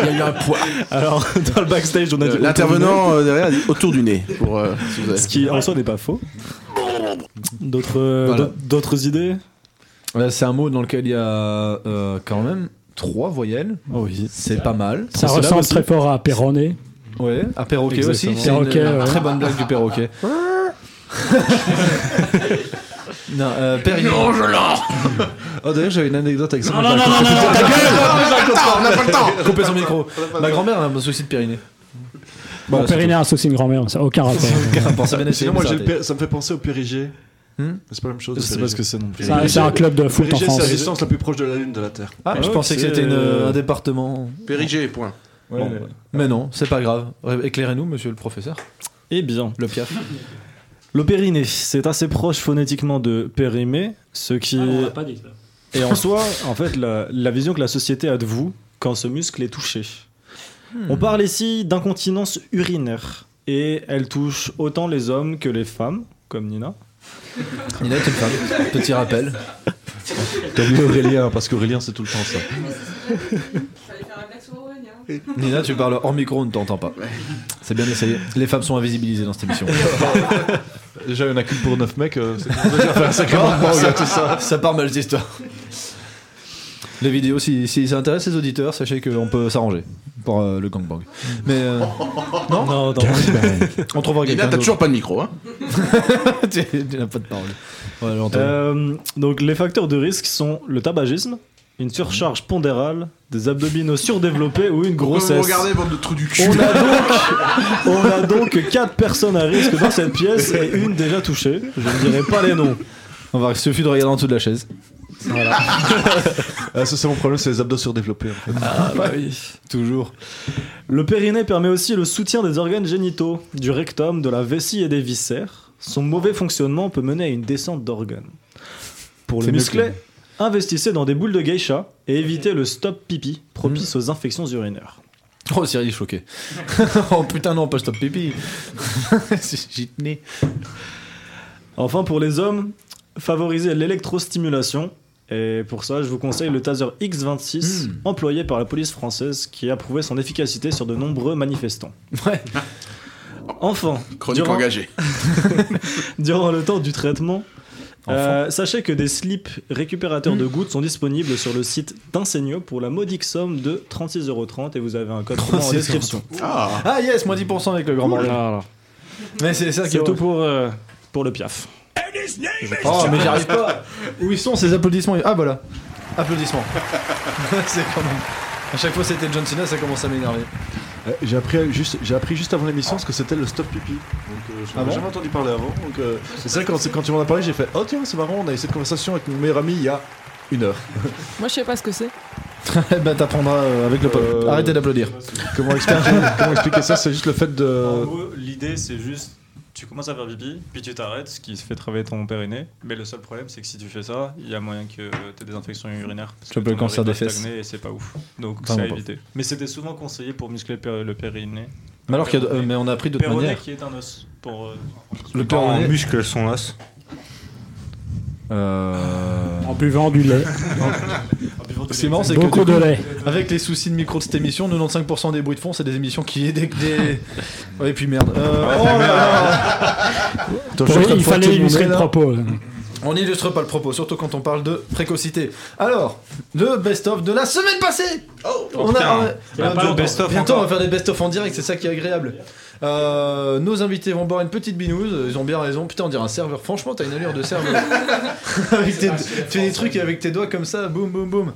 Il y a eu un poids. Alors, dans le backstage, on a dit. Euh, L'intervenant autour euh, derrière a dit autour du nez. Pour, euh, si du vous nez, avez- Ce qui en soi n'est pas faux. D'autres euh, Voilà. d'autres- d'autres idées Là, Euh, c'est un mot dans lequel il y a euh, quand même trois voyelles. C'est pas mal. Ça Trois syllabes ressemble aussi. très fort à Perronnet. Ouais, à perroquet Exactement. aussi. C'est une, Perroquet, une ouais. très bonne blague du perroquet. non, euh, Pérignon. Non, je l'en. Oh, d'ailleurs, j'avais une anecdote avec ça. Non, non, non, non, non, non, ta gueule On n'a pas le temps, on n'a pas le temps. Coupez son micro. Ma grand-mère a un souci de périnée. Bon, Voilà, Périnée a un souci de grand-mère, ça n'a aucun rapport. Aucun rapport, c'est bien essayé, Sinon, mais moi, ça j'ai le a Pé- ça me fait penser au Périgée. Hmm c'est pas la même chose. Je sais pas ce que c'est non plus. C'est un- c'est un club de foot en France. C'est la distance la plus proche de la Lune de la Terre. Ah, je pensais que c'était une- euh, un département. Périgée, point. Bon, bah. Mais non, c'est pas grave. Éclairez-nous, monsieur le professeur. Eh bien. Le piaf. Le périnée, c'est assez proche phonétiquement de périmé, ce qui. on l'a pas dit, Et en soi, en fait, la, la vision que la société a de vous quand ce muscle est touché. Hmm. On parle ici d'incontinence urinaire et elle touche autant les hommes que les femmes, comme Nina. Nina est une femme. Petit rappel. T'as vu Aurélien, parce qu'Aurélien, c'est tout le temps ça. Nina, tu parles hors micro, on ne t'entend pas. C'est bien essayé. Les femmes sont invisibilisées dans cette émission. Déjà, il y en a qu'une pour 9 mecs. euh, c'est qu'on va faire un sacré moment, regarde tout ça. Ça part mal cette histoire. Les vidéos, si, si ça intéresse les auditeurs, sachez qu'on peut s'arranger pour euh, le gangbang. Mais euh, non, non, on trouvera Eh Nina, quelqu'un. t'as toujours d'autre. pas de micro, hein tu tu n'as pas de parole. On va l'entendre. Euh, donc les facteurs de risque sont le tabagisme, une surcharge pondérale, des abdominaux surdéveloppés ou une grossesse. Regardez, bande de trous du cul. On a donc, on a donc 4 personnes à risque dans cette pièce et une déjà touchée. Je ne dirai pas les noms. On va, il suffit de regarder en dessous de la chaise. Voilà. Ah, ça, c'est mon problème, c'est les abdos surdéveloppés. En fait. Ah bah oui, toujours. Le périnée permet aussi le soutien des organes génitaux, du rectum, de la vessie et des viscères. Son mauvais fonctionnement peut mener à une descente d'organes. Pour C'est le mieux musclé, Hmm. investissez dans des boules de geisha et évitez le stop pipi propice aux infections urinaires. Oh, Cyril est choqué. oh putain, non, pas stop pipi. J'y tenais. Enfin, pour les hommes, favorisez l'électrostimulation. Et pour ça, je vous conseille le taser X26, Hmm. employé par la police française, qui a prouvé son efficacité sur de nombreux manifestants. Ouais. Enfin, Chronique engagée. durant le temps du traitement, Enfin. euh, sachez que des slips récupérateurs de gouttes sont disponibles sur le site d'Insenio pour la modique somme de 36,30€ et vous avez un code promo en description. Ah. Ah, yes, moins 10% avec le grand bordel. Mais c'est ça qui est Ah C'est tout tout. pour, euh, pour le piaf. Oh, mais j'arrive pas. Où ils sont ces applaudissements Ah, voilà. Applaudissements. c'est quand même. À chaque fois, c'était John Cena, ça commence à m'énerver. Euh, J'ai appris juste, j'ai appris juste avant l'émission ce que c'était le stop pipi. Donc, euh, je Ah n'avais bon jamais entendu parler avant. Donc, euh, et c'est vrai que quand, c'est- quand tu m'en as parlé, j'ai fait Oh tiens, c'est marrant, on a eu cette conversation avec mon meilleur ami il y a une heure. Moi, je sais pas ce que c'est. ben, t'apprendras euh, avec le pop. Arrêtez d'applaudir. Comment expliquer, comment expliquer ça C'est juste le fait Ah, de. L'idée, c'est juste. Tu commences à faire pipi, puis tu t'arrêtes, ce qui se fait travailler ton périnée. Mais le seul problème, c'est que si tu fais ça, il y a moyen que tu aies des infections urinaires. parce Tu que peux le ton cancer urine des peut fesses. stagner Et c'est pas ouf. Donc c'est Vraiment à pas. éviter. Mais c'était souvent conseillé pour muscler le péri- le périnée. Mais alors qu'il y a- Péroné. euh, mais on a appris d'autres Péroné manières. qui est un os. Pour, euh, Le pour- péroné. muscle son os. En buvant du lait. Ce qui est marrant, c'est que Beaucoup du de coup, lait. Avec les soucis de micro de cette émission, 95% des bruits de fond, c'est des émissions qui des, des... Ouais, et puis merde. Euh, oh là là. Pour lui, il fallait illustrer le propos. là. On n'illustre pas le propos, surtout quand on parle de précocité. Alors, le best-of de la semaine passée on Oh, putain. a, Il y a pas bientôt- de best-of Bientôt, on va encore. faire des best-of en direct, c'est ça qui est agréable. Euh, nos invités vont boire une petite binouse, ils ont bien raison. Putain, on dirait un serveur. Franchement, t'as une allure de serveur. Avec tes- tu fais des trucs avec tes doigts comme ça, boum, boum, boum.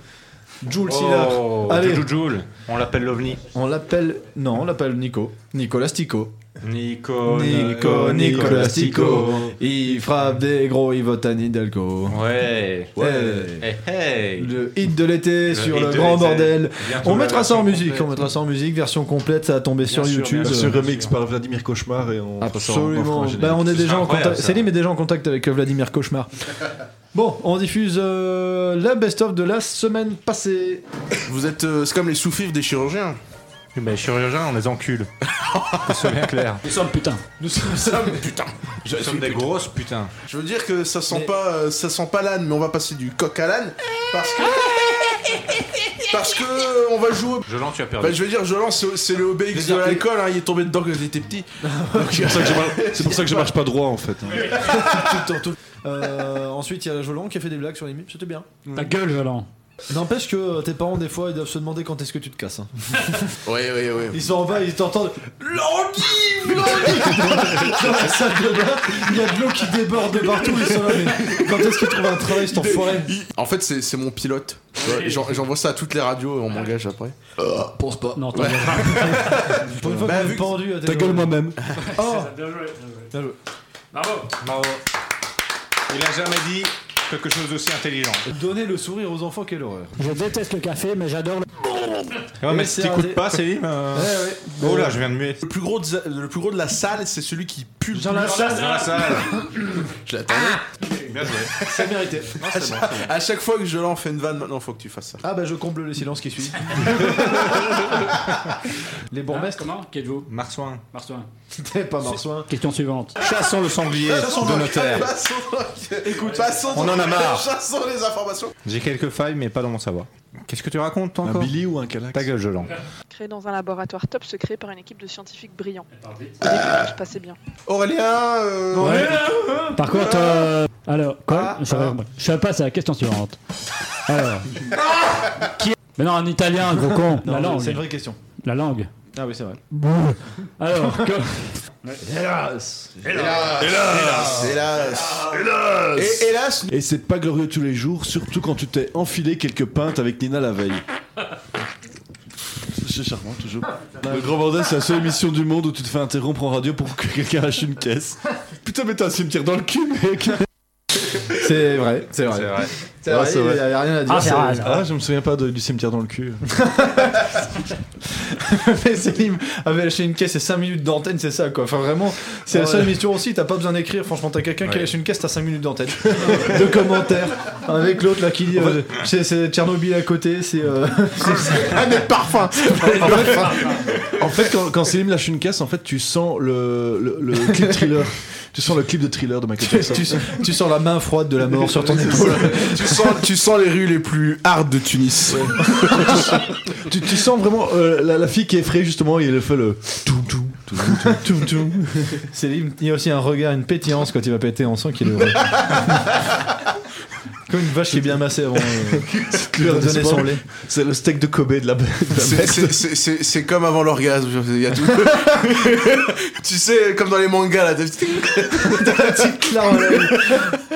Jules Sillard. Oh, Allez, Joujou Joule. On l'appelle l'OVNI. on l'appelle. Non, on l'appelle Nico. Nicolas Tico. Nico, Nico, Nicolas Tico. Il frappe des gros, il vote à Hidalgo. Ouais. Ouais. Hey, hey. Le hit de l'été Le sur hit le de grand l'été. bordel. Bientôt On la mettra ça en version musique, on mettra ça en musique, version complète, ça a tombé sur YouTube. Sur remix par Vladimir Cauchemar et on fera ça en- on Absolument. fera un Bah, on est générique. déjà en Incroyable, contact. ça. Célim est déjà en contact avec euh, Vladimir Cauchemar. Bon, on diffuse euh, la best-of de la semaine passée. Vous êtes. euh, c'est comme les sous des chirurgiens. Mais chirurgien, on les encule. C'est bien clair. Nous sommes putain. Nous sommes, sommes- putain. Nous suis sommes des putain. grosses putains. Je veux dire que ça sent pas, euh, ça sent pas l'âne, mais on va passer du coq à l'âne parce que parce que euh, on va jouer. Je lance, tu as perdu. Bah, je veux dire, je lance, c'est- c'est le OBX de l'alcool. hein, il est tombé dedans quand j'étais petit. C'est pour ça que je marche- C'est pour ça que je marche pas droit en fait. hein. Tout le temps, tout le- Euh, ensuite, il y a Jolan qui a fait des blagues sur les mimes, c'était bien. Ta gueule, Jolan. N'empêche que euh, tes parents, des fois, ils doivent se demander quand est-ce que tu te casses. hein. Ouais, ouais, ouais. Ils sont en bas, ils t'entendent. L'endive, Dans la salle de bain, il y a de l'eau qui déborde de partout, ils sont là, mais quand est-ce qu'ils trouvent un travail, cet enfoiré En fait, c'est c'est mon pilote. Tu vois, j'en- J'envoie ça à toutes les radios et on m'engage après. Pense pas. Non, Ouais. Pour une fois Bah, qu'on est vu- pendu à tes ta gueule, journées. moi-même. Oh Bien joué. Bien joué. Bravo. Bravo. Il a jamais dit quelque chose d'aussi intelligent. Donner le sourire aux enfants, quelle horreur. Je déteste le café, mais j'adore le. Ouais, mais Et si c'est un t'écoutes dé- pas, Céline. Eh euh, Oh là, je viens de muer. Le plus gros de, le plus gros de la salle, c'est celui qui pue. Dans la salle. Dans la salle. Je l'attendais. Bien joué. C'est mérité. à, chaque- à chaque fois que je l'en fais une vanne, maintenant faut que tu fasses ça. Ah bah je comble le silence qui suit. Les bourgmestres, Comment Qui êtes-vous Marsouin. Marsouin. t'es pas marsouin. Question suivante. Chassons le sanglier de notaire. Passons, écoute, passons. On en a marre. Chassons les informations. J'ai quelques failles, mais pas dans mon savoir. Qu'est-ce que tu racontes, toi, Un encore Billy ou un Calax Ta gueule, Jolan. Créé dans un laboratoire top secret par une équipe de scientifiques brillants. Au début, tout se passait bien. Aurélien. euh, Ouais. Par contre, euh, alors, quoi Je savais- Je sais pas, c'est la question suivante. Alors. qui... Mais non, en italien, gros con. la Non, langue. c'est une vraie question. La langue. Ah oui, c'est vrai. Alors, que- Hélas Hélas. Hélas. Hélas. Et hélas. Et c'est pas glorieux tous les jours, surtout quand tu t'es enfilé quelques pintes avec Nina la veille. C'est charmant toujours. Le Grand Bordel, c'est la seule émission du monde où tu te fais interrompre en radio pour que quelqu'un lâche une caisse. Putain, mais t'as un cimetière dans le cul, mec! C'est vrai, c'est vrai. C'est vrai, c'est vrai. il y a- il y a rien à dire. Ah, c'est C'est- vrai, c'est vrai. Ah, je me souviens pas de- du cimetière dans le cul. Ah, Mais Selim avait lâché une caisse et 5 minutes d'antenne, c'est ça quoi. Enfin vraiment, c'est la Ouais. seule mission aussi, t'as pas besoin d'écrire. Franchement, t'as quelqu'un qui Ouais. a lâché une caisse, t'as 5 minutes d'antenne. de commentaires. Avec l'autre là qui dit euh, c'est- c'est Tchernobyl à côté, c'est. euh, c'est- Ah, des parfums En fait, En fait, quand, quand Selim lâche une caisse, en fait, tu sens le, le, le clip thriller. tu sens le clip de thriller de Michael Jackson. tu, tu sens la main froide de la mort sur ton épaule. tu, sens, tu sens les rues les plus hardes de Tunis. tu, tu sens vraiment euh, la, la fille qui est effrayée, justement, et elle fait le. Tout, tout, tout, tout, tout, tout. C'est libre. Il y a aussi un regard, une pétillance quand il va péter, on sent qu'il est heureux. Comme une vache qui est bien massée avant euh, de clair, c'est donner pas- son lait. C'est le steak de Kobe de la bête. C'est- c'est- c'est- C'est c'est comme avant l'orgasme. il y a tout- tu sais, comme dans les mangas, là. t'as- T'as la petite clare à l'œil.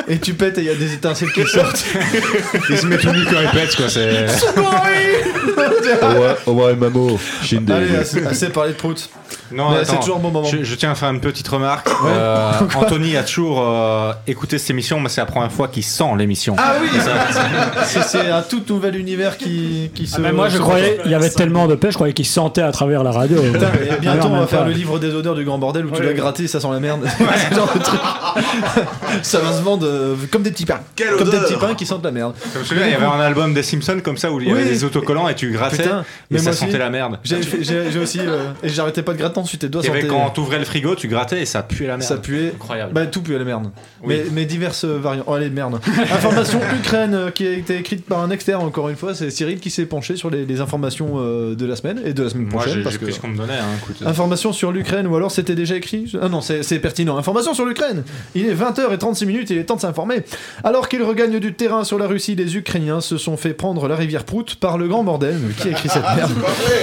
Et tu pètes et il y a des étincelles qui sortent. Il se met tout nu quand il pète, quoi. C'est. ouais, Mamo, Allez, assez, assez parlé de prout. Non, Mais attends, c'est toujours un bon moment. Je, je tiens à faire une petite remarque. Euh, Encore. Anthony a toujours euh, écouté cette émission, mais c'est la première fois qu'il sent l'émission. Ah oui C'est- C'est un tout nouvel univers qui, qui se. Mais Ah ben, moi, je se- croyais, il y avait tellement de paix, je croyais qu'il sentait à travers la radio. Putain, mais bientôt Alors, on même va faire pas. le livre des odeurs du grand bordel où tu Ouais. l'as gratté et ça sent la merde. Ce genre de truc. ça va se vendre euh, comme des petits pains. Quelle comme des odeur petits pains qui sentent la merde. Je me souviens, il y avait un album des Simpsons comme ça où il y avait Oui. des autocollants et tu grattais Putain, et mais ça moi sentait aussi. la merde. J'ai fait- j'ai- j'ai aussi. euh, et j'arrêtais pas de gratter ensuite tes doigts Il y avait sentaient- quand t'ouvrais le frigo, tu grattais et ça puait la merde. Ça puait. Incroyable. Bah, tout puait la merde. Oui. Mais, mais diverses euh, variantes. Oh, allez, merde. Information Ukraine euh, qui a été écrite par un externe, encore une fois. C'est Cyril qui s'est penché sur les, les informations euh, de la semaine et de la semaine Moi, prochaine. j'ai parce j'ai pris que- ce qu'on me donnait. Hein, écoute. euh. Information sur l'Ukraine, ou alors c'était déjà écrit Ah non, c'est c'est pertinent. Information sur l'Ukraine Il est 20h36 minutes, il est temps de s'informer. Alors qu'ils regagnent du terrain sur la Russie, les Ukrainiens se sont fait prendre la rivière Prout par le grand bordel. Mais qui a écrit cette merde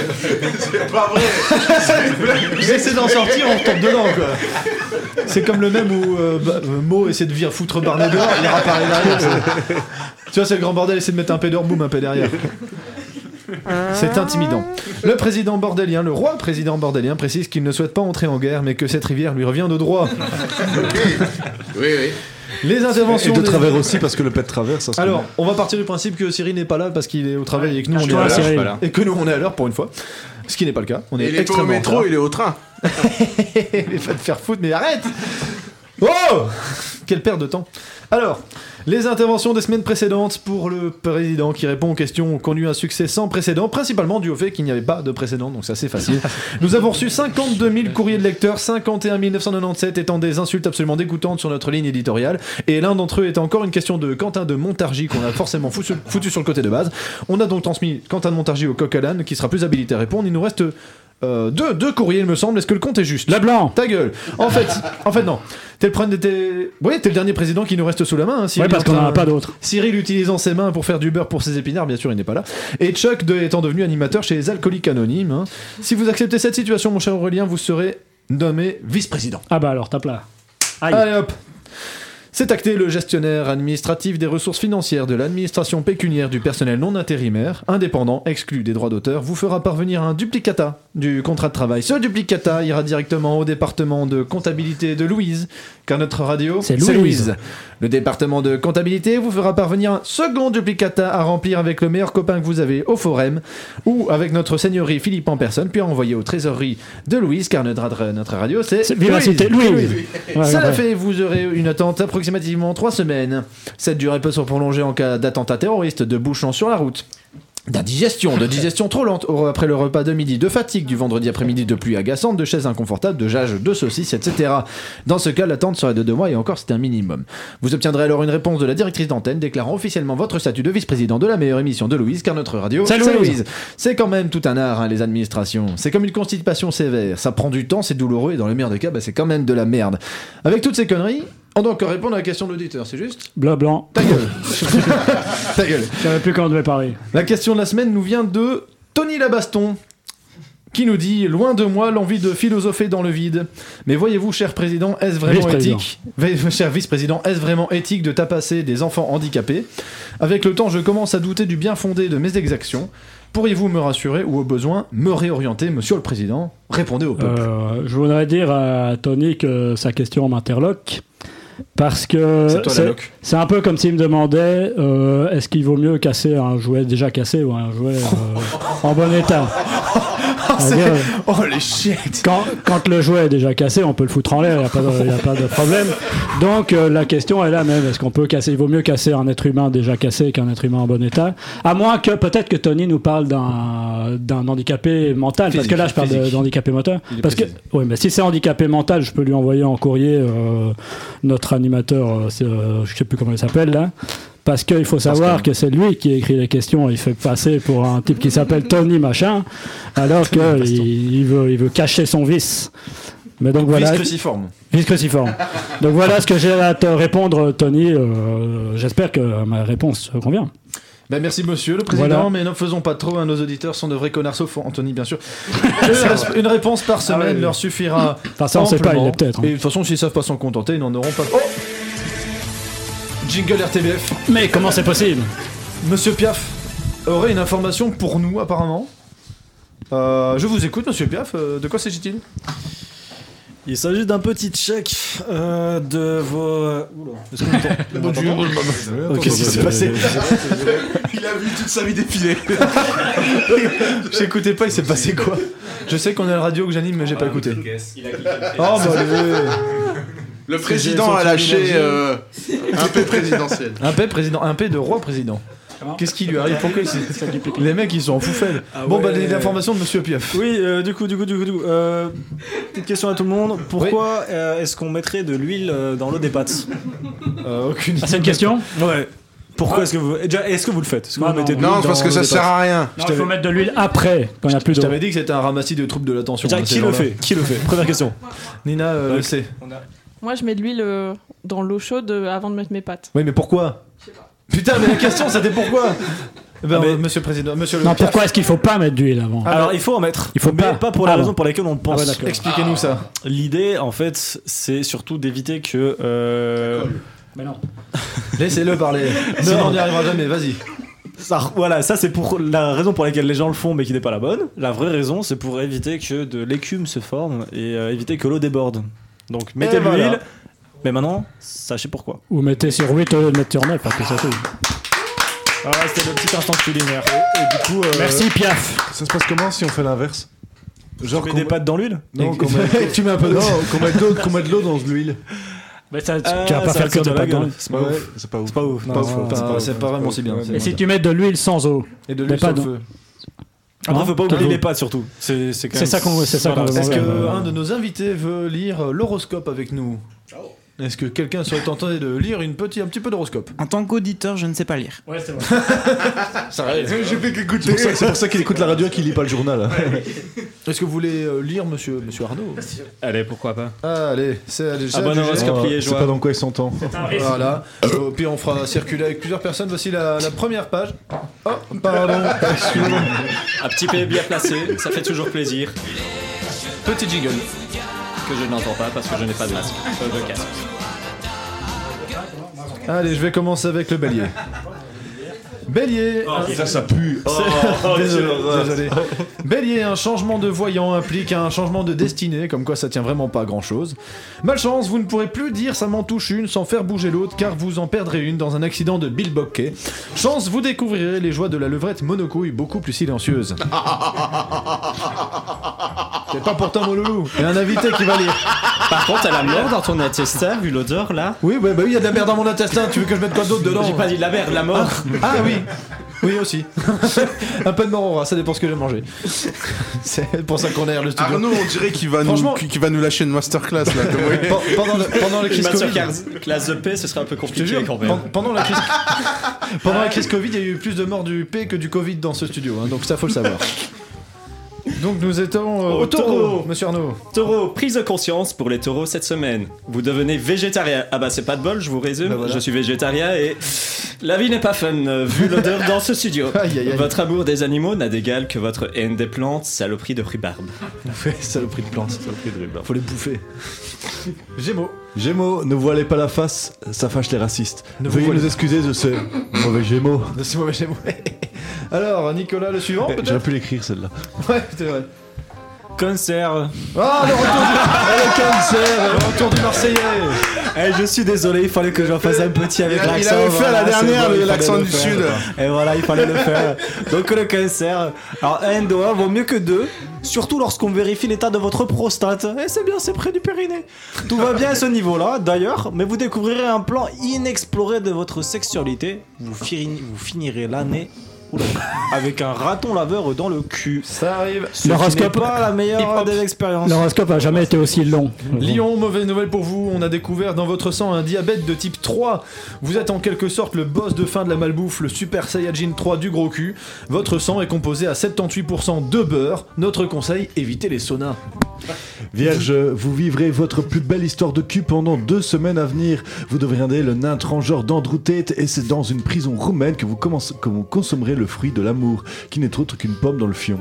C'est pas vrai J'essaie d'en sortir, on retombe dedans quoi C'est comme le même où euh, bah, euh, Mo essaie de virer foutre Barnet dehors, il réapparaît derrière. c'est- Tu vois, c'est le grand bordel, essaie de mettre un pédeur, boum, un peu derrière. C'est intimidant. Le président bordelien, le roi président bordelien précise qu'il ne souhaite pas entrer en guerre, mais que cette rivière lui revient de droit. Oui, oui. Les interventions Et de des- travers aussi, parce que le pet de travers, ça se Alors, on va partir du principe que Cyril n'est pas là parce qu'il est au travail et que nous on Ah, je est suis pas à là, je suis pas l'heure. là. Et que nous on est à l'heure pour une fois. Ce qui n'est pas le cas. On est Il est pas au extrêmement en métro, retard. il est au train. mais va te faire foutre, mais arrête Oh Quelle perte de temps Alors, les interventions des semaines précédentes pour le président qui répond aux questions ont connu un succès sans précédent, principalement dû au fait qu'il n'y avait pas de précédent, donc c'est assez facile. Nous avons reçu 52 000 courriers de lecteurs, 51 997 étant des insultes absolument dégoûtantes sur notre ligne éditoriale, et l'un d'entre eux était encore une question de Quentin de Montargis qu'on a forcément foutu, foutu sur le côté de base. On a donc transmis Quentin de Montargis au coq à l'âne, qui sera plus habilité à répondre. Il nous reste euh, deux, deux courriers, il me semble. Est-ce que le compte est juste La blanc Ta gueule En fait, en fait non. T'es le, problème de tes- oui, t'es le dernier président qui nous reste sous la main. Hein, Cyril Ouais, parce en qu'on en a train- pas d'autres. Cyril utilisant ses mains pour faire du beurre pour ses épinards, bien sûr, il n'est pas là. Et Chuck de- étant devenu animateur chez les Alcooliques Anonymes. hein. Si vous acceptez cette situation, mon cher Aurélien, vous serez nommé vice-président. Ah bah alors, tape là. Allez hop c'est acté le gestionnaire administratif des ressources financières de l'administration pécuniaire du personnel non intérimaire, indépendant, exclu des droits d'auteur, vous fera parvenir un duplicata du contrat de travail. Ce duplicata ira directement au département de comptabilité de Louise, car notre radio, C'est c'est Louise. Louise. Le département de comptabilité vous fera parvenir un second duplicata à remplir avec le meilleur copain que vous avez au forum ou avec notre seigneurie Philippe en personne, puis à envoyer aux trésoreries de Louise, car notre, notre radio, c'est C'est Vivacité Louise. Ouais, Ça ouais. fait, vous aurez une attente approximativement 3 semaines. Cette durée peut se prolonger en cas d'attentat terroriste, de bouchons sur la route. D'indigestion, de digestion trop lente au- après le repas de midi, de fatigue du vendredi après-midi, de pluie agaçante, de chaises inconfortables, de jages, de saucisses, etc. Dans ce cas, l'attente serait de deux mois et encore c'est un minimum. Vous obtiendrez alors une réponse de la directrice d'antenne déclarant officiellement votre statut de vice-président de la meilleure émission de Louise, car notre radio, C'est Louise. C'est quand même tout un art, hein, les administrations. C'est comme une constipation sévère. Ça prend du temps, c'est douloureux et dans le meilleur des cas, bah, c'est quand même de la merde. Avec toutes ces conneries, on doit encore répondre à la question de l'auditeur, c'est juste Blanc, blanc. Ta gueule. Ta gueule. Je savais plus quand on devait parler. La question de la semaine nous vient de Tony Labaston. Qui nous dit loin de moi l'envie de philosopher dans le vide. Mais voyez-vous, cher président, est-ce vraiment Vice-président. éthique, Ve- cher vice-président, est-ce vraiment éthique de tapasser des enfants handicapés Avec le temps, je commence à douter du bien fondé de mes exactions. Pourriez-vous me rassurer ou au besoin me réorienter, Monsieur le Président Répondez au peuple. Euh, je voudrais dire à Tony que sa question m'interloque. Parce que C'est toi la c'est- loc. c'est un peu comme s'il me demandait euh, est-ce qu'il vaut mieux casser un jouet déjà cassé ou un jouet euh, en bon état c'est- Oh les shit quand, quand le jouet est déjà cassé, on peut le foutre en l'air, il n'y a, pas de- y a pas de problème. Donc euh, la question est là même est-ce qu'on peut casser Il vaut mieux casser un être humain déjà cassé qu'un être humain en bon état. À moins que peut-être que Tony nous parle d'un d'un handicapé mental, parce que là je parle de- d'handicapé moteur. Il est Parce que, oui, mais si c'est handicapé mental, je peux lui envoyer en courrier euh, notre animateur, euh, c'est, euh, je sais plus comment il s'appelle là. Parce qu'il faut savoir que c'est lui qui écrit les questions, il fait passer pour un type qui s'appelle Tony machin, alors qu'il il veut, il veut cacher son vice. Mais donc voilà. Vice cruciforme. Vice cruciforme. donc voilà ce que j'ai à te répondre, Tony. Euh, J'espère que ma réponse te convient. Ben, merci monsieur le président, Voilà. mais ne faisons pas trop, hein, nos auditeurs sont de vrais connards, sauf Anthony bien sûr. Une res- une réponse par semaine Ah ouais. leur suffira. Enfin, ça, on sait pas, amplement. il est peut-être, hein. Et de toute façon, s'ils savent pas s'en contenter, ils n'en auront pas. Oh Jingle RTBF. Mais comment c'est possible Monsieur Piaf aurait une information pour nous apparemment. Euh, je vous écoute monsieur Piaf, euh, de quoi s'agit-il Il s'agit d'un petit check euh, de vos. Oula, est-ce qu'on entend Bon Dieu. Oh, Qu'est-ce qui s'est passé Il a vu toute sa vie défiler. J'écoutais pas, il s'est passé quoi Je sais qu'on a la radio que j'anime, mais j'ai bah, pas écouté. Oh bah oui. Le président a lâché euh, un peu présidentiel. Un P président, un P de roi président. Qu'est-ce qui lui arrive Pourquoi il s'est- Les mecs ils sont en foufelle. Ah bon ouais. bah les informations de Monsieur Piaf. Oui, euh, du coup, du coup, du coup, du coup. euh, petite question à tout le monde. Pourquoi euh, est-ce qu'on mettrait de l'huile euh, dans l'eau des pâtes Euh, Aucune. Ah, c'est une question Ouais. Pourquoi est-ce que vous déjà est-ce que vous le faites Est-ce que Non, vous mettez de non. l'huile Non, dans parce que l'eau ça des sert pâtes à rien. Je Non, il t'avais- faut mettre de l'huile après, quand il n'y a plus Je d'eau. t'avais dit que c'était un ramassis de troupes de l'attention. Tiens, hein, ces qui le gens-là. fait Qui le fait Première question. Nina euh, le sait. Moi, je mets de l'huile euh, dans l'eau chaude euh, avant de mettre mes pâtes. Oui mais pourquoi Putain mais la question c'était pourquoi Eh ben, Ah, mais- euh, Monsieur le président, Monsieur le Non, Piaf, pourquoi est-ce qu'il faut pas mettre d'huile avant Alors il faut en mettre. Il faut mais pas. pas pour la Ah, raison bon. pour laquelle on le pense. Ah ouais, d'accord. expliquez-nous ça. L'idée en fait, c'est surtout d'éviter que. euh, Mais non. Laissez-le parler. Sinon on n'y arrivera jamais, vas-y. Ça, voilà, ça c'est pour la raison pour laquelle les gens le font, mais qui n'est pas la bonne. La vraie raison, c'est pour éviter que de l'écume se forme et euh, éviter que l'eau déborde. Donc mettez Et de l'huile, voilà. mais maintenant, sachez pourquoi. Ou mettez sur 8 au lieu de mettre sur 9, parce que ça fait. Voilà, c'était le petit instant culinaire. Et du coup, euh, Merci, Piaf. Ça se passe comment si on fait l'inverse Genre tu mets des pâtes dans l'huile Non, Et- qu'on mette- Tu mets un peu d'eau. Non, qu'on mette d'eau- qu'on mette de l'eau dans de l'huile. Mais ça, tu, Ah, tu vas pas ça faire tire que dans des la pâtes dans gueule. l'huile. C'est pas ouf. C'est pas ouf. C'est pas ouf. Pas non, ouf, non, pas- ouf, c'est pas vraiment si bien, ouf. c'est Et bon. si tu mets de l'huile sans eau Et de mais l'huile pas sur le dans- feu. Après, Hein faut pas oublier Pardon les pâtes surtout. C'est c'est quand C'est même- ça qu'on veut, c'est ça Voilà, qu'on veut. c'est- Est-ce Ouais, que ouais, ouais. un de nos invités veut lire euh, l'horoscope avec nous Est-ce que quelqu'un serait tenté de lire une petite, un petit peu d'horoscope En tant qu'auditeur, je ne sais pas lire. Ouais, c'est vrai. J'ai fait qu'écouter. C'est pour ça- C'est pour ça qu'il écoute la radio et qu'il lit pas le journal. Est-ce que vous voulez euh, lire, monsieur, monsieur Arnaud Allez, pourquoi pas Allez, c'est allez, Ah, bon allez, horoscope, allez. lié, C'est pas dans quoi il s'entend. Voilà. Euh, Puis on fera circuler avec plusieurs personnes. Voici la, la première page. Oh, pardon. Excusez-moi. Un petit peu bien placé, ça fait toujours plaisir. Petit jingle que je n'entends pas parce que je n'ai pas de masque. Euh, de casque. Allez, je vais commencer avec le bélier. Bélier. un- Oh, Ça, ça pue. Oh, C'est- désolé, désolé. Bélier, un changement de voyant implique un changement de destinée, comme quoi ça tient vraiment pas à grand chose. Malchance, vous ne pourrez plus dire ça m'en touche une sans faire bouger l'autre, car vous en perdrez une dans un accident de Bill Bocquet. Chance, vous découvrirez les joies de la levrette monocouille beaucoup plus silencieuse. C'est pas pour toi, mon loulou. Et un invité qui va lire. Par contre, elle a mort dans ton intestin, vu l'odeur là. Oui, bah, bah oui, il y a de la merde dans mon intestin. Tu veux que je mette quoi d'autre dedans J'ai pas dit de la merde, la mort. Ah oui Oui aussi. un peu de mort au rat, ça dépend ce que j'ai mangé. C'est pour ça qu'on aère le studio. Arnaud, on dirait qu'il va, Franchement- nous, qu'il va nous lâcher une masterclass là. Pen- pendant, le- pendant la Une crise Covid, masterclass classe de paix, ce serait un peu je te compliqué jure, quand pen- même. pendant la crise, pendant la crise Covid, il y a eu plus de morts du P que du Covid dans ce studio, hein, donc ça faut le savoir. Donc nous étions euh, Au au taureau, taureau. Monsieur Arnaud. Taureau, prise de conscience pour les taureaux cette semaine. Vous devenez végétarien. Ah bah c'est pas de bol, je vous résume. Bah, Je suis végétarien et la vie n'est pas fun euh, vu l'odeur dans ce studio. Aïe, aïe, aïe. Votre amour des animaux n'a d'égal que votre haine des plantes, saloperie de rhubarbe. Ouais, saloperie de plantes. Faut les bouffer. Gémeaux. Gémeaux, ne voilez pas la face, ça fâche les racistes. Ne vous Veuillez voilez- nous excuser de ce mauvais Gémeaux. De ce mauvais Gémeaux. Alors Nicolas, le suivant Eh, peut-être. J'aurais pu l'écrire celle-là. Ouais, c'est vrai. Cancer. Ah le retour du, Ah, le cancer, le retour du Marseillais. Eh, je suis désolé, il fallait que j'en fasse un petit avec Il a- il l'accent. avait fait à la voilà, c'est dernière, bon, il fallait l'accent le du faire. Sud. Et voilà, il fallait le faire. Donc le cancer. Alors un doigt vaut mieux que deux, surtout lorsqu'on vérifie l'état de votre prostate. Et c'est bien, c'est près du périnée. Tout va bien à ce niveau-là, d'ailleurs, mais vous découvrirez un plan inexploré de votre sexualité. Vous, fini- vous finirez l'année. oula, Avec un raton laveur dans le cul. Ça arrive. Ce qui n'est L'horoscope- pas la meilleure des expériences. L'horoscope a jamais été aussi long. Lyon, mauvaise nouvelle pour vous, on a découvert dans votre sang un diabète de type 3. Vous êtes en quelque sorte le boss de fin de la malbouffe, le Super Saiyajin 3 du gros cul. Votre sang est composé à 78% de beurre. Notre conseil, évitez les saunas. Vierge, vous vivrez votre plus belle histoire de cul pendant deux semaines à venir. Vous deviendrez le nain transgenre d'Andrew Tate et c'est dans une prison roumaine que vous, commence- que vous consommerez le fruit de l'amour, qui n'est autre qu'une pomme dans le fion.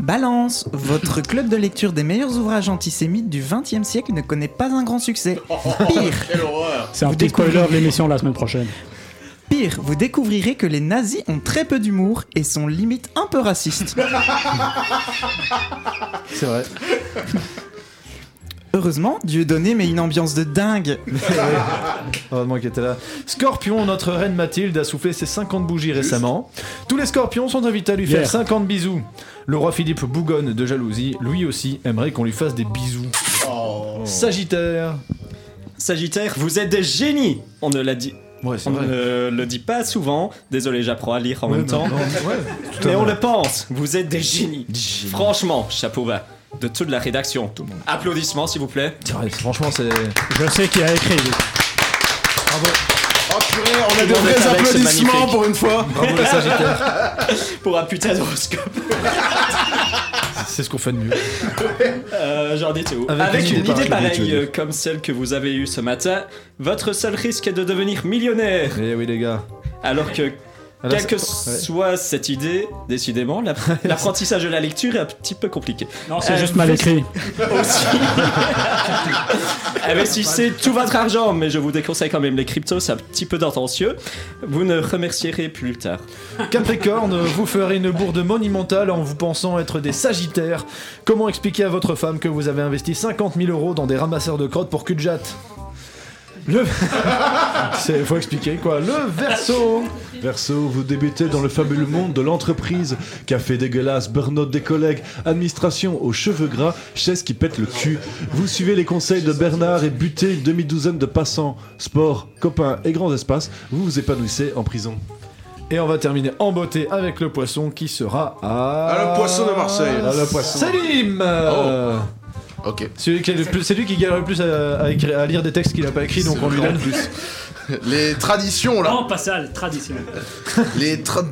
Balance, votre club de lecture des meilleurs ouvrages antisémites du XXe siècle ne connaît pas un grand succès. Pire, C'est un Vous petit spoiler de découvrirez- l'émission la semaine prochaine. pire, vous découvrirez que les nazis ont très peu d'humour et sont limite un peu racistes. C'est vrai. Heureusement, Dieu donné met une ambiance de dingue. Heureusement qu'il était là. Scorpion, notre reine Mathilde a soufflé ses 50 bougies récemment. Tous les scorpions sont invités à lui faire Hier. 50 bisous. Le roi Philippe bougonne de jalousie, lui aussi aimerait qu'on lui fasse des bisous. Oh. Sagittaire. Sagittaire, vous êtes des génies On ne l'a dit. c'est on vrai. bah, ne le dit pas souvent. Désolé, j'apprends à lire en même temps. à Mais on fait. le pense, vous êtes des génies. Franchement, chapeau bas. De toute la rédaction. Applaudissements, s'il vous plaît. Franchement, c'est. Je sais qui a écrit. On a des vrais applaudissements pour une fois. Bravo les Sagittaires. pour un putain d'horoscope. C'est ce qu'on fait de mieux. Euh, J'en étais où Avec Avec, une une idée idée pareille, tu veux pareille dire. euh, comme celle que vous avez eue ce matin, votre seul risque est de devenir millionnaire. Eh oui, les gars. Alors que, Ah, là, quelle que c'est- ouais. soit cette idée, décidément, l'app- l'apprentissage de la lecture est un petit peu compliqué. Non, c'est Euh, juste mal vous- écrit. Aussi. Eh Investissez ben, tout votre argent, mais je vous déconseille quand même les cryptos, c'est un petit peu tendancieux. Vous ne remercierez plus tard. Capricorne, vous ferez une bourde monumentale en vous pensant être des sagittaires. Comment expliquer à votre femme que vous avez investi 50 000 euros dans des ramasseurs de crottes pour cul de jatte Le... C'est- Faut expliquer quoi. Le verso Verso, vous débutez dans le fabuleux monde de l'entreprise. Café dégueulasse, burn-out des collègues, administration aux cheveux gras, chaise qui pète le cul. Vous suivez les conseils de Bernard et butez une demi-douzaine de passants. Sport, copains et grands espaces, vous vous épanouissez en prison. Et on va terminer en beauté avec le poisson qui sera à. Ah, le poisson de Marseille. Oh. Ah, le poisson. Salim Ok. Celui qui, a le plus- c'est lui qui galère le plus à, à écrire- à lire des textes qu'il n'a pas écrits, donc on lui donne plus. Les traditions, là. Non, pas ça, le traditionnel. Les, tra-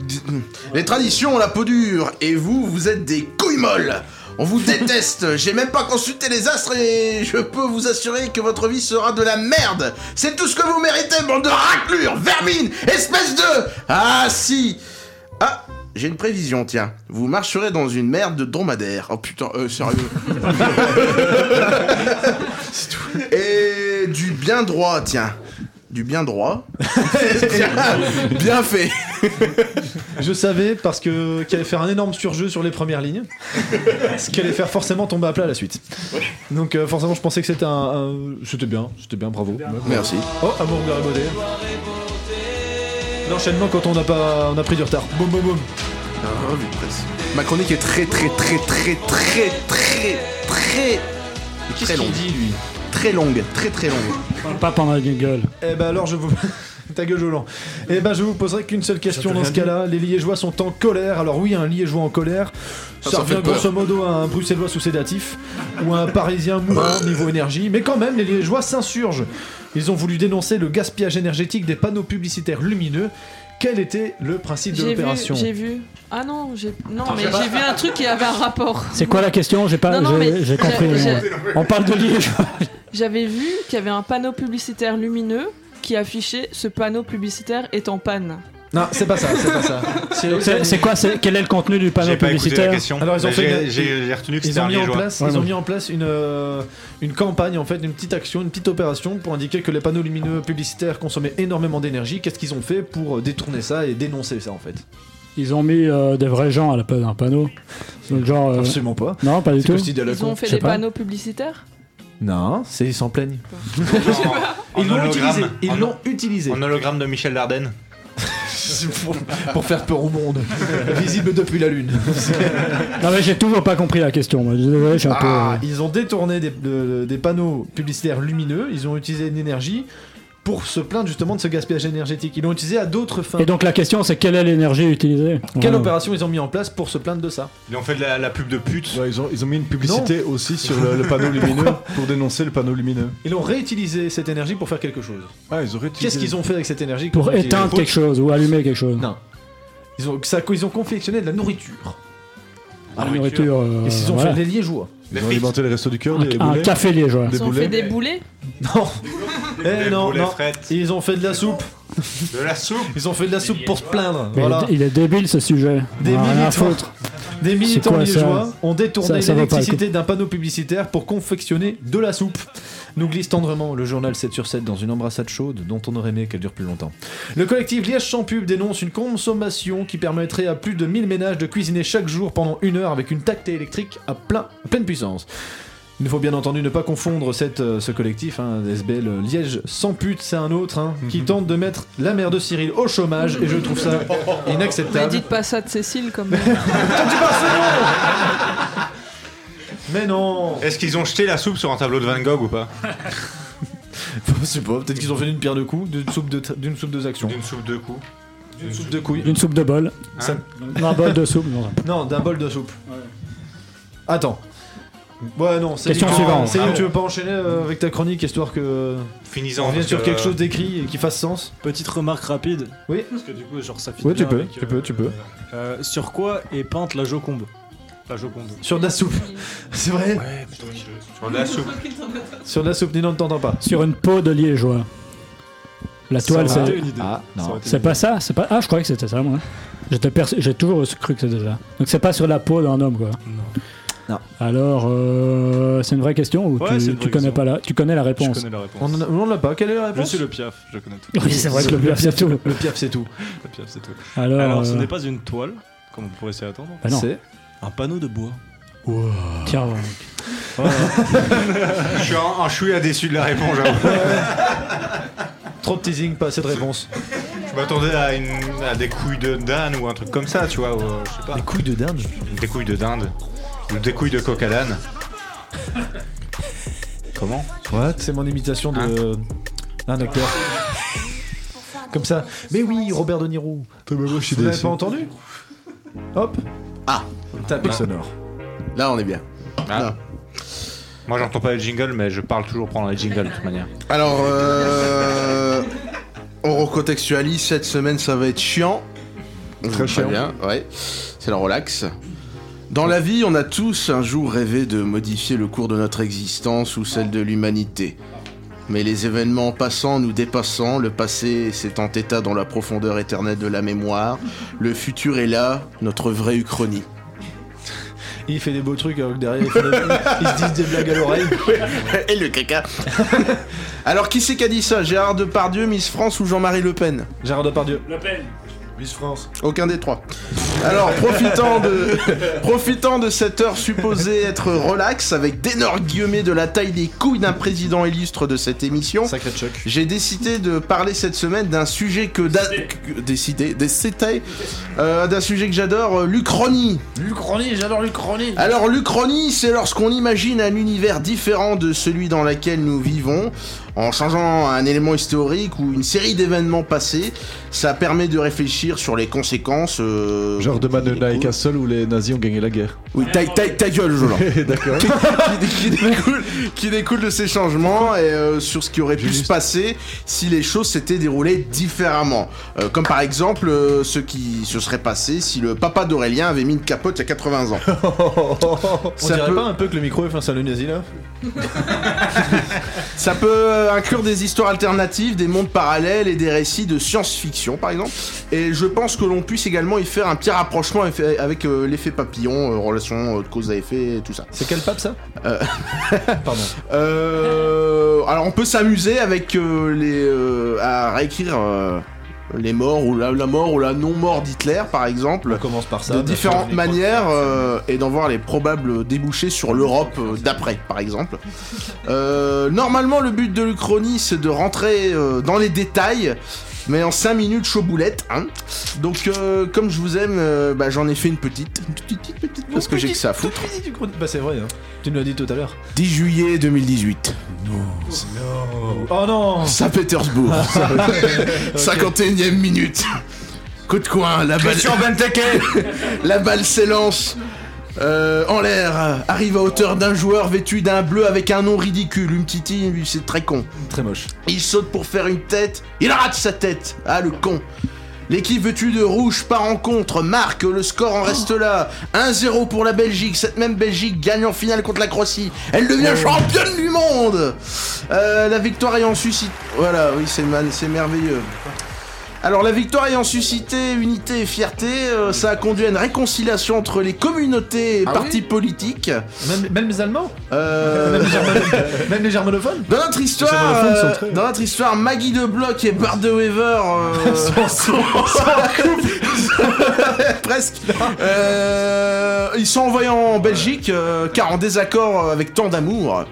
les traditions ont la peau dure et vous, vous êtes des couilles molles. On vous déteste, j'ai même pas consulté les astres et je peux vous assurer que votre vie sera de la merde. C'est tout ce que vous méritez, bande de raclures, vermine, espèce de... Ah si Ah, j'ai une prévision, tiens. Vous marcherez dans une merde de dromadaire. Oh putain, euh, sérieux. Et du bien droit, tiens. Du bien droit. Bien- bien fait. Je savais parce que qu'il allait faire un énorme surjeu sur les premières lignes, ce qui allait faire forcément tomber à plat à la suite. Donc euh, forcément, je pensais que c'était un, un- c'était bien, c'était bien, bravo. Merci. Oh, amour gloire et beauté. L'enchaînement quand on n'a pas, on a pris du retard. Boum boum boum. Revue de presse. Ma chronique est très très très très très très très très longue. lui Très longue, très très longue. Pas pendant une gueule. Eh ben alors je vous. Ta gueule Jolan. Eh ben je vous poserai qu'une seule question dans ce cas-là. Les Liégeois sont en colère. Alors oui, un Liégeois en colère, ça, Ah, Ça, ça revient fait peur. grosso modo à un Bruxellois sous sédatif ou à un Parisien mourant niveau énergie. Mais quand même, les Liégeois s'insurgent. Ils ont voulu dénoncer le gaspillage énergétique des panneaux publicitaires lumineux. Quel était le principe de J'ai vu, l'opération j'ai vu. Ah non, j'ai non Attends, mais je sais j'ai vu un truc qui avait un rapport. C'est quoi la question J'ai pas, Non, non, j'ai- mais j'ai compris. j'ai- moi. j'ai- On parle de Liège. J'avais vu qu'il y avait un panneau publicitaire lumineux qui affichait ce panneau publicitaire est en panne. Non, c'est pas ça, c'est pas ça. C'est- C'est quoi c'est- Quel est le contenu du panneau J'ai pas écouté publicitaire la question. Alors ils ont Mais fait, j'ai- une- j'ai- ils- j'ai retenu que ils c'était ont un mis en liégeois. place, Ouais, ils ont ouais. mis en place une euh, une campagne en fait, une petite action, une petite opération pour indiquer que les panneaux lumineux publicitaires consommaient énormément d'énergie. Qu'est-ce qu'ils ont fait pour euh, détourner ça et dénoncer ça en fait Ils ont mis euh, des vrais gens à la place d'un panneau. Donc genre. euh, Absolument pas. Non, pas du C'est tout. que cette idée à la Ils ont con. fait Je sais des pas. panneaux publicitaires Non, c'est ils s'en plaignent. En Ils l'ont hologramme. utilisé, ils En- l'ont En hologramme de Michel Dardenne. pour, pour faire peur au monde, visible depuis la lune. Non, mais j'ai toujours pas compris la question. moi. Je suis désolé, je suis un peu. euh. Ah, ils ont détourné des, de- des panneaux publicitaires lumineux, ils ont utilisé une énergie pour se plaindre justement de ce gaspillage énergétique. Ils l'ont utilisé à d'autres fins. Et donc la question, c'est quelle est l'énergie utilisée Quelle Ouais. opération ils ont mis en place pour se plaindre de ça Ils ont fait de la, la pub de pute. ils, ont, ils ont mis une publicité Non. aussi sur le, le panneau lumineux pour dénoncer le panneau lumineux. Ils ont réutilisé cette énergie pour faire quelque chose. Ah, ils auraient utilisé- Qu'est-ce qu'ils ont fait avec cette énergie Pour qu'ils ont éteindre utilisée quelque chose ou allumer quelque chose. Non. Ils ont, ça- ils ont confectionné de la nourriture. La nourriture. euh, Et ils ont voilà. fait des liégeois. Ils ont alimenté le resto du cœur, Un- des un boulets. café liégeois. Des Ils ont fait boulets. des boulets Non. Eh non, boulets non. Ils ont fait de la soupe. De la soupe. Ils ont fait de la soupe pour se plaindre. Mais Voilà. Il est débile ce sujet. Des On a rien à militants, foutre. des Ah, C'est militants quoi, ça liégeois ont détourné Ça- ça va pas, l'électricité d'un panneau publicitaire pour confectionner de la soupe. Nous glisse tendrement le journal 7 sur 7 dans une embrassade chaude dont on aurait aimé qu'elle dure plus longtemps. Le collectif Liège sans pub dénonce une consommation qui permettrait à plus de 1000 ménages de cuisiner chaque jour pendant une heure avec une tactée électrique à, plein, à pleine puissance. Il ne faut bien entendu ne pas confondre cette, euh, ce collectif, hein, SBL euh, Liège sans pute, c'est un autre, hein, qui tente de mettre la mère de Cyril au chômage, et je trouve ça Mais inacceptable. dites pas ça de Cécile comme. Mais non Est-ce qu'ils ont jeté la soupe sur un tableau de Van Gogh ou pas Je sais pas, peut-être qu'ils ont fait d'une pierre deux coups, d'une soupe de, d'une soupe deux actions. D'une soupe deux coups. D'une soupe de couilles. Une soupe de bol. Ça- Un bol de soupe. non. Non, d'un bol de soupe. Attends. Ouais, non, c'est Question tu- suivante. Céline, Ah bon. Oh, tu veux pas enchaîner euh, avec ta chronique histoire que. Finis-en, On revienne parce sur que- euh, quelque chose d'écrit et qui fasse sens. Petite remarque rapide. Oui. Parce que du coup, genre ça fit Oui, tu bien peux, avec, tu peux, tu peux. euh, sur quoi est peinte la Joconde La Joconde. Sur de la soupe. C'est vrai euh, Sur de la soupe. Sur de la soupe, Nino ne t'entend pas. Sur une peau de liégeois. La Ça toile, aurait c'est. été une idée. Ah, non. Ça aurait été C'est une pas ça, c'est pas. Ah, je croyais que c'était ça, moi. J'étais persu- J'ai toujours cru que c'était ça. Donc c'est pas sur la peau d'un homme, quoi. Non. Alors, euh, c'est une vraie question ou Ouais, tu, c'est une tu vraie connais question. pas la, tu connais la réponse Je connais la réponse. On en a- on l'a pas, quelle est la Je réponse suis le piaf, je connais tout. Oui, c'est vrai que le piaf, c'est tout. Le piaf, c'est tout. Le piaf, c'est tout. Alors, Alors, Ah, ce euh, n'est pas une toile, comme on pourrait s'y attendre. Bah non. C'est un panneau de bois. Tiens, ouais. je suis un, un chouïa déçu de la réponse, j'avoue. Trop de teasing, pas assez de réponse. Je m'attendais à, une- à des couilles de dinde ou un truc comme ça, tu vois. ou, euh, je sais pas. Des couilles de dinde Des couilles de dinde. Ou des couilles de coq à l'âne. Comment What C'est mon imitation de. un acteur. Comme ça. Mais oui, Robert De Niro. suis Vous l'avez déçu. pas entendu Hop. Ah Tapis Bah. Non. sonore. Là, on est bien. Moi, j'entends pas les jingles, mais je parle toujours pendant les jingles, de toute manière. Alors, euh, on recontextualise. Cette semaine, ça va être chiant. On Très vous chiant. prévient, ouais. C'est le relax. Dans la vie, on a tous un jour rêvé de modifier le cours de notre existence ou celle de l'humanité. Mais les événements passants nous dépassant, le passé s'étant état dans la profondeur éternelle de la mémoire, le futur est là, notre vraie uchronie. Il fait des beaux trucs alors que derrière il, fait des- ils se disent des blagues à l'oreille. Et le caca. Alors, qui c'est qui a dit ça Gérard Depardieu, Miss France ou Jean-Marie Le Pen Gérard Depardieu. Le Pen. Miss France. Aucun des trois. Alors, profitant de, profitant de cette heure supposée être relax, avec d'énormes guillemets de la taille des couilles d'un président illustre de cette émission, j'ai décidé de parler cette semaine d'un sujet que... d'a- que- Décidé, décidé, euh, d'un sujet que j'adore, euh, l'Uchronie. L'Uchronie, j'adore l'Uchronie. Alors l'Uchronie, c'est lorsqu'on imagine un univers différent de celui dans lequel nous vivons, en changeant un élément historique ou une série d'événements passés. Ça permet de réfléchir sur les conséquences. euh, Genre de Manona et Castle où les nazis ont gagné la guerre. Oui, ta, ta- ta gueule, Jolan. D'accord. qui, qui- qui découle, qui découle de ces changements et euh, sur ce qui aurait pu se passer si les choses s'étaient déroulées différemment. Euh, comme par exemple euh, ce qui se serait passé si le papa d'Aurélien avait mis une capote il y a 80 ans. On Oh. Ça dirait peut- pas un peu que le micro est face à le nazi là Ça peut euh, inclure des histoires alternatives, des mondes parallèles et des récits de science-fiction, par exemple. Et je pense que l'on puisse également y faire un petit rapprochement eff- avec euh, l'effet papillon, euh, relation euh, de cause à effet, et tout ça. C'est quel pape ça Euh. Pardon. Euh, alors on peut s'amuser avec euh, les euh, à réécrire. euh, les morts ou la, la mort ou la non-mort d'Hitler, par exemple. On commence par ça, De bien sûr, différentes les manières euh, et d'en voir les probables débouchés sur l'Europe euh, d'après, par exemple. Euh, normalement, le but de l'Uchronie, c'est de rentrer euh, dans les détails. Mais en 5 minutes, chaud boulette, hein. Donc, euh, comme je vous aime, euh, bah, j'en ai fait une petite. Une petite, petite, petite, parce que j'ai que ça à foutre. Bah c'est vrai, hein. tu nous l'as dit tout à l'heure. 10 juillet 2018. Oh non Saint-Pétersbourg. 51 e minute. Coup de coin, la balle. Christian la balle s'élance. euh, en l'air, arrive à hauteur d'un joueur vêtu d'un bleu avec un nom ridicule, une petite île, c'est très con. Très moche. Il saute pour faire une tête, il rate sa tête. Ah le con. L'équipe vêtue de rouge part en contre, marque, le score en reste là. 1-0 pour la Belgique, cette même Belgique gagne en finale contre la Croatie. Elle devient Oh. championne du monde Euh, La victoire ayant suscité... Voilà, oui c'est mal- c'est merveilleux. Alors la victoire ayant suscité unité et fierté, euh, ça a conduit à une réconciliation entre les communautés et Ah partis oui politiques. Même, les Allemands euh... Même les germanophones Dans notre histoire, germanophones sont euh, dans notre histoire, Maggie de Bloch et Bart de Weaver euh, sont, presque. Euh, ils sont envoyés en Belgique euh, car en désaccord avec tant d'amour,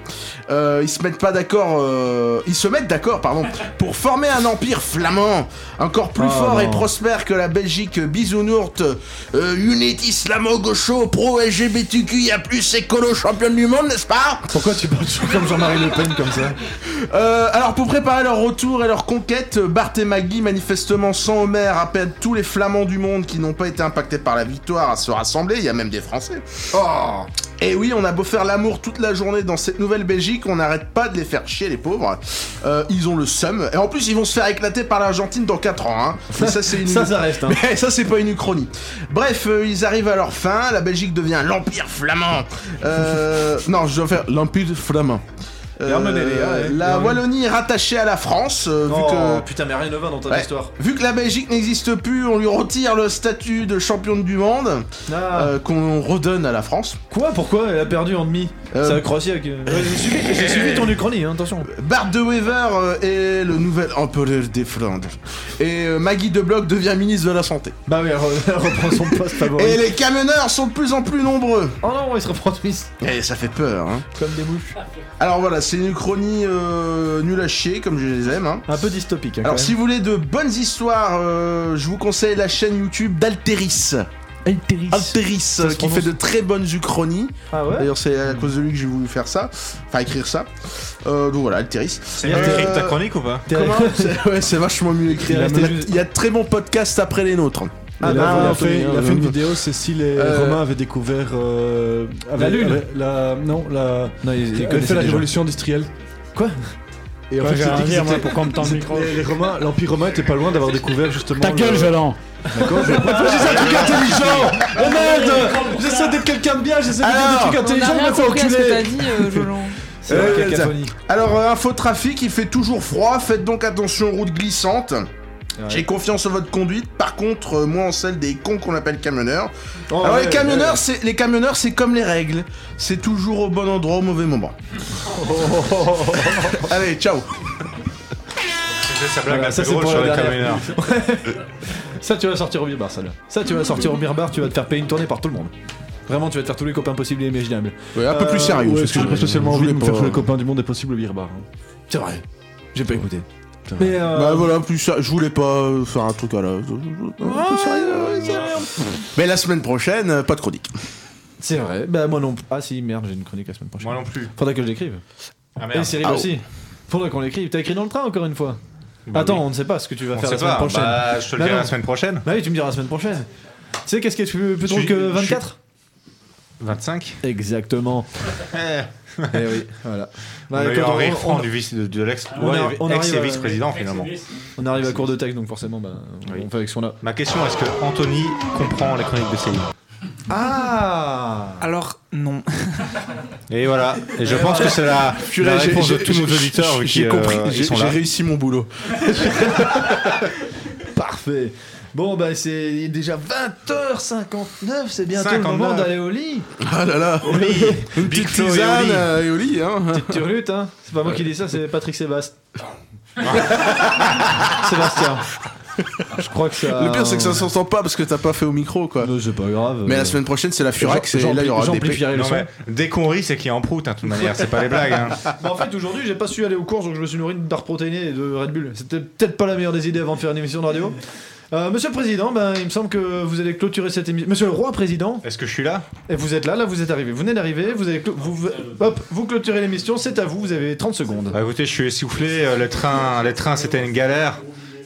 euh, ils se mettent pas d'accord. euh, ils se mettent d'accord, pardon, pour former un empire flamand encore plus Oh fort et non. prospère que la Belgique bisounourte, euh, unité islamo-gaucho pro-LGBTQIA+, écolo championne du monde, n'est-ce pas Pourquoi tu parles toujours comme Jean-Marie Le Pen comme ça Euh, alors pour préparer leur retour et leur conquête, euh, Bart et Maggie, manifestement sans Homer, appellent tous les flamands du monde qui n'ont pas été impactés par la victoire à se rassembler, il y a même des Français. Oh Et oui, on a beau faire l'amour toute la journée dans cette nouvelle Belgique, on n'arrête pas de les faire chier les pauvres. Euh, ils ont le seum, et en plus ils vont se faire éclater par l'Argentine dans 4 ans. Hein. Mais ça c'est une... Ça, ça reste, hein. Mais ça c'est pas une uchronie. Bref, euh, ils arrivent à leur fin, la Belgique devient l'Empire flamand. Euh, non, je dois faire l'Empire flamand. Euh, Bien mené, les gars, ouais. La Bien mené. Wallonie est rattachée à la France, euh, vu Oh, que... putain, mais rien ne va dans ton Ouais. histoire. Vu que la Belgique n'existe plus, on lui retire le statut de championne du monde, Ah. euh, qu'on redonne à la France. Quoi Pourquoi elle a perdu en demi Euh, Ça a croisé avec. euh, ouais, J'ai suivi, j'ai suivi ton Uchronie, hein, attention. Bart de Wever euh, est le nouvel empereur des Flandres. Et euh, Maggie de Bloch devient ministre de la Santé. Bah oui, elle re- elle reprend son poste favori. Et les camionneurs sont de plus en plus nombreux. Oh non, ils se reproduisent. Et ça fait peur, hein. Comme des mouches. Alors voilà, c'est une chronie euh, nulle à chier, comme je les aime. hein. Un peu dystopique. hein, Alors quand si même. vous voulez de bonnes histoires, euh, je vous conseille la chaîne YouTube d'Alteris. Alteris, Alteris euh, se qui fait prononce de très bonnes uchronies. Ah ouais D'ailleurs, c'est à cause de lui que j'ai voulu faire ça, enfin écrire ça. Euh, donc voilà, Alteris. C'est Euh, bien écrit ta chronique ou pas Comment C'est- Ouais, c'est vachement mieux écrit. Il Il, est resté y a- juste- il y a de très bons podcasts après les nôtres. Ah, il, a, il a fait, il a fait une vidéo, c'est si les Euh, Romains avaient découvert euh, La Lune. avec la- non, la. Non, ils- ils avaient fait connaissaient la déjà. révolution industrielle. Quoi Et en Quoi, fait, j'ai c'était rien à qu'ils dire, étaient- moi, pourquoi on me tend le ils- micro les- les Romains, l'empire romain était pas loin d'avoir découvert justement. Ta gueule, le- Jolan D'accord, je vais pas faire juste un truc intelligent. Oh merde, j'essaie d'être quelqu'un de bien, j'essaie de dire des trucs on n'a intelligents, je rien me fais compris à ce que t'as enculer. dit, euh, Jolan. C'est la Euh, Ah cacophonie. Alors, euh, infotrafic, il fait toujours froid, faites donc attention aux routes glissantes. J'ai confiance en votre conduite, par contre, euh, moi en celle des cons qu'on appelle camionneurs. Oh, Alors, les ouais, camionneurs, ouais. c'est les camionneurs, c'est comme les règles, c'est toujours au bon endroit au mauvais moment. Allez, ciao. C'était sa blague Voilà, la euh, ça, c'est plus drôle pour sur la les dernière. camionneurs. Ça, tu vas sortir au Birbar, ça là. Ça, tu vas sortir au Birbar, tu vas te faire payer une tournée par tout le monde. Vraiment, tu vas te faire tous les copains possibles et imaginables. Ouais, un peu Euh, plus sérieux, Ouais, parce Euh, parce que que j'ai pas je- spécialement je envie de voulais me faire pas- tous les copains du monde est possible au beer bar. hein. Bah, C'est vrai. J'ai pas écouté. Mais Bah voilà, plus ça- je voulais pas euh, faire un truc à la. Ah, Mais la semaine prochaine, euh, pas de chronique. C'est vrai. Bah, moi non plus. Ah, si, merde, j'ai une chronique la semaine prochaine. Moi non plus. Faudrait que je l'écrive. Ah Et Cyril Ah, aussi. oh. Faudrait qu'on l'écrive. T'as écrit dans le train encore une fois Bah Attends, oui. on ne sait pas ce que tu vas On faire sait la semaine pas. prochaine. Bah, je te le dirai la semaine prochaine. Bah oui, tu me diras la semaine prochaine. Tu sais, qu'est-ce qui est plus, plus Je drôle suis- que je suis- 24 25 Exactement. Eh Eh oui, voilà. On Bah, a eu quand on- Henri on- Franck du vice de, de l'ex on ouais, arri- on ex arrive euh, et à- vice-président finalement. On arrive à court de texte, donc forcément, bah, on fait avec ce qu'on a. Ma question est-ce que Anthony comprend les chroniques de Céline Ah Alors, non. Et voilà. Et Euh, je pense que c'est la, Purée, la j'ai- réponse de j'ai- tous nos j'ai- auditeurs j'ai- qui J'ai euh, compris, ils j'ai sont j'ai là. réussi mon boulot. Parfait. Bon, bah, c'est déjà 20h59, c'est bientôt le 59. moment d'aller au lit. Ah là là, Au lit. une Big petite Flo et au tisane lit. euh, et au lit, hein. Petite turlute, hein. C'est pas moi qui dis ça, c'est Patrick Sébastien. Sébastien. Je crois que ça. Le pire, c'est que ça s'entend pas parce que t'as pas fait au micro, quoi. Non, c'est pas grave. Euh. Mais la semaine prochaine, c'est la Furax et là, il y aura des Non, mais Dès qu'on rit, c'est qu'il y a en prout, hein, de toute manière. C'est pas des blagues. Hein. Bah, en fait, aujourd'hui, j'ai pas su aller aux courses, donc je me suis nourri de barres protéinées et de Red Bull. C'était peut-être pas la meilleure des idées avant de faire une émission de radio. Euh, Monsieur le Président, ben, il me semble que vous allez clôturer cette émission. Monsieur le Roi Président. Est-ce que je suis là Et vous êtes là, là vous êtes arrivé. Vous venez d'arriver, vous allez clo- vous, vous- hop, vous clôturez l'émission, c'est à vous, vous avez 30 secondes. Bah, écoutez, je suis essoufflé. euh, Le train, les trains, c'était une galère.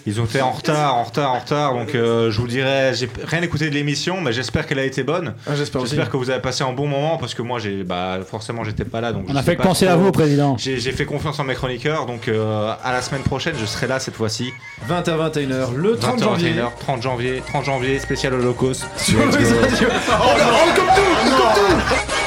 Ils ont été en retard, en retard, en retard. Donc, euh, je vous dirais, j'ai rien écouté de l'émission, mais j'espère qu'elle a été bonne. j'espère que vous avez passé un bon moment parce que moi, j'ai, bah, forcément, j'étais pas là. Donc On je a sais fait que pas penser à trop. vous, Président. J'ai j'ai fait confiance en mes chroniqueurs, donc euh, à la semaine prochaine, je serai là cette fois-ci. 20 à 21h, le 30 20 heures, janvier. 21h, 30 janvier, 30 janvier, spécial Holocauste. Sur les radios. Oh, on le rend comme tout, comme tout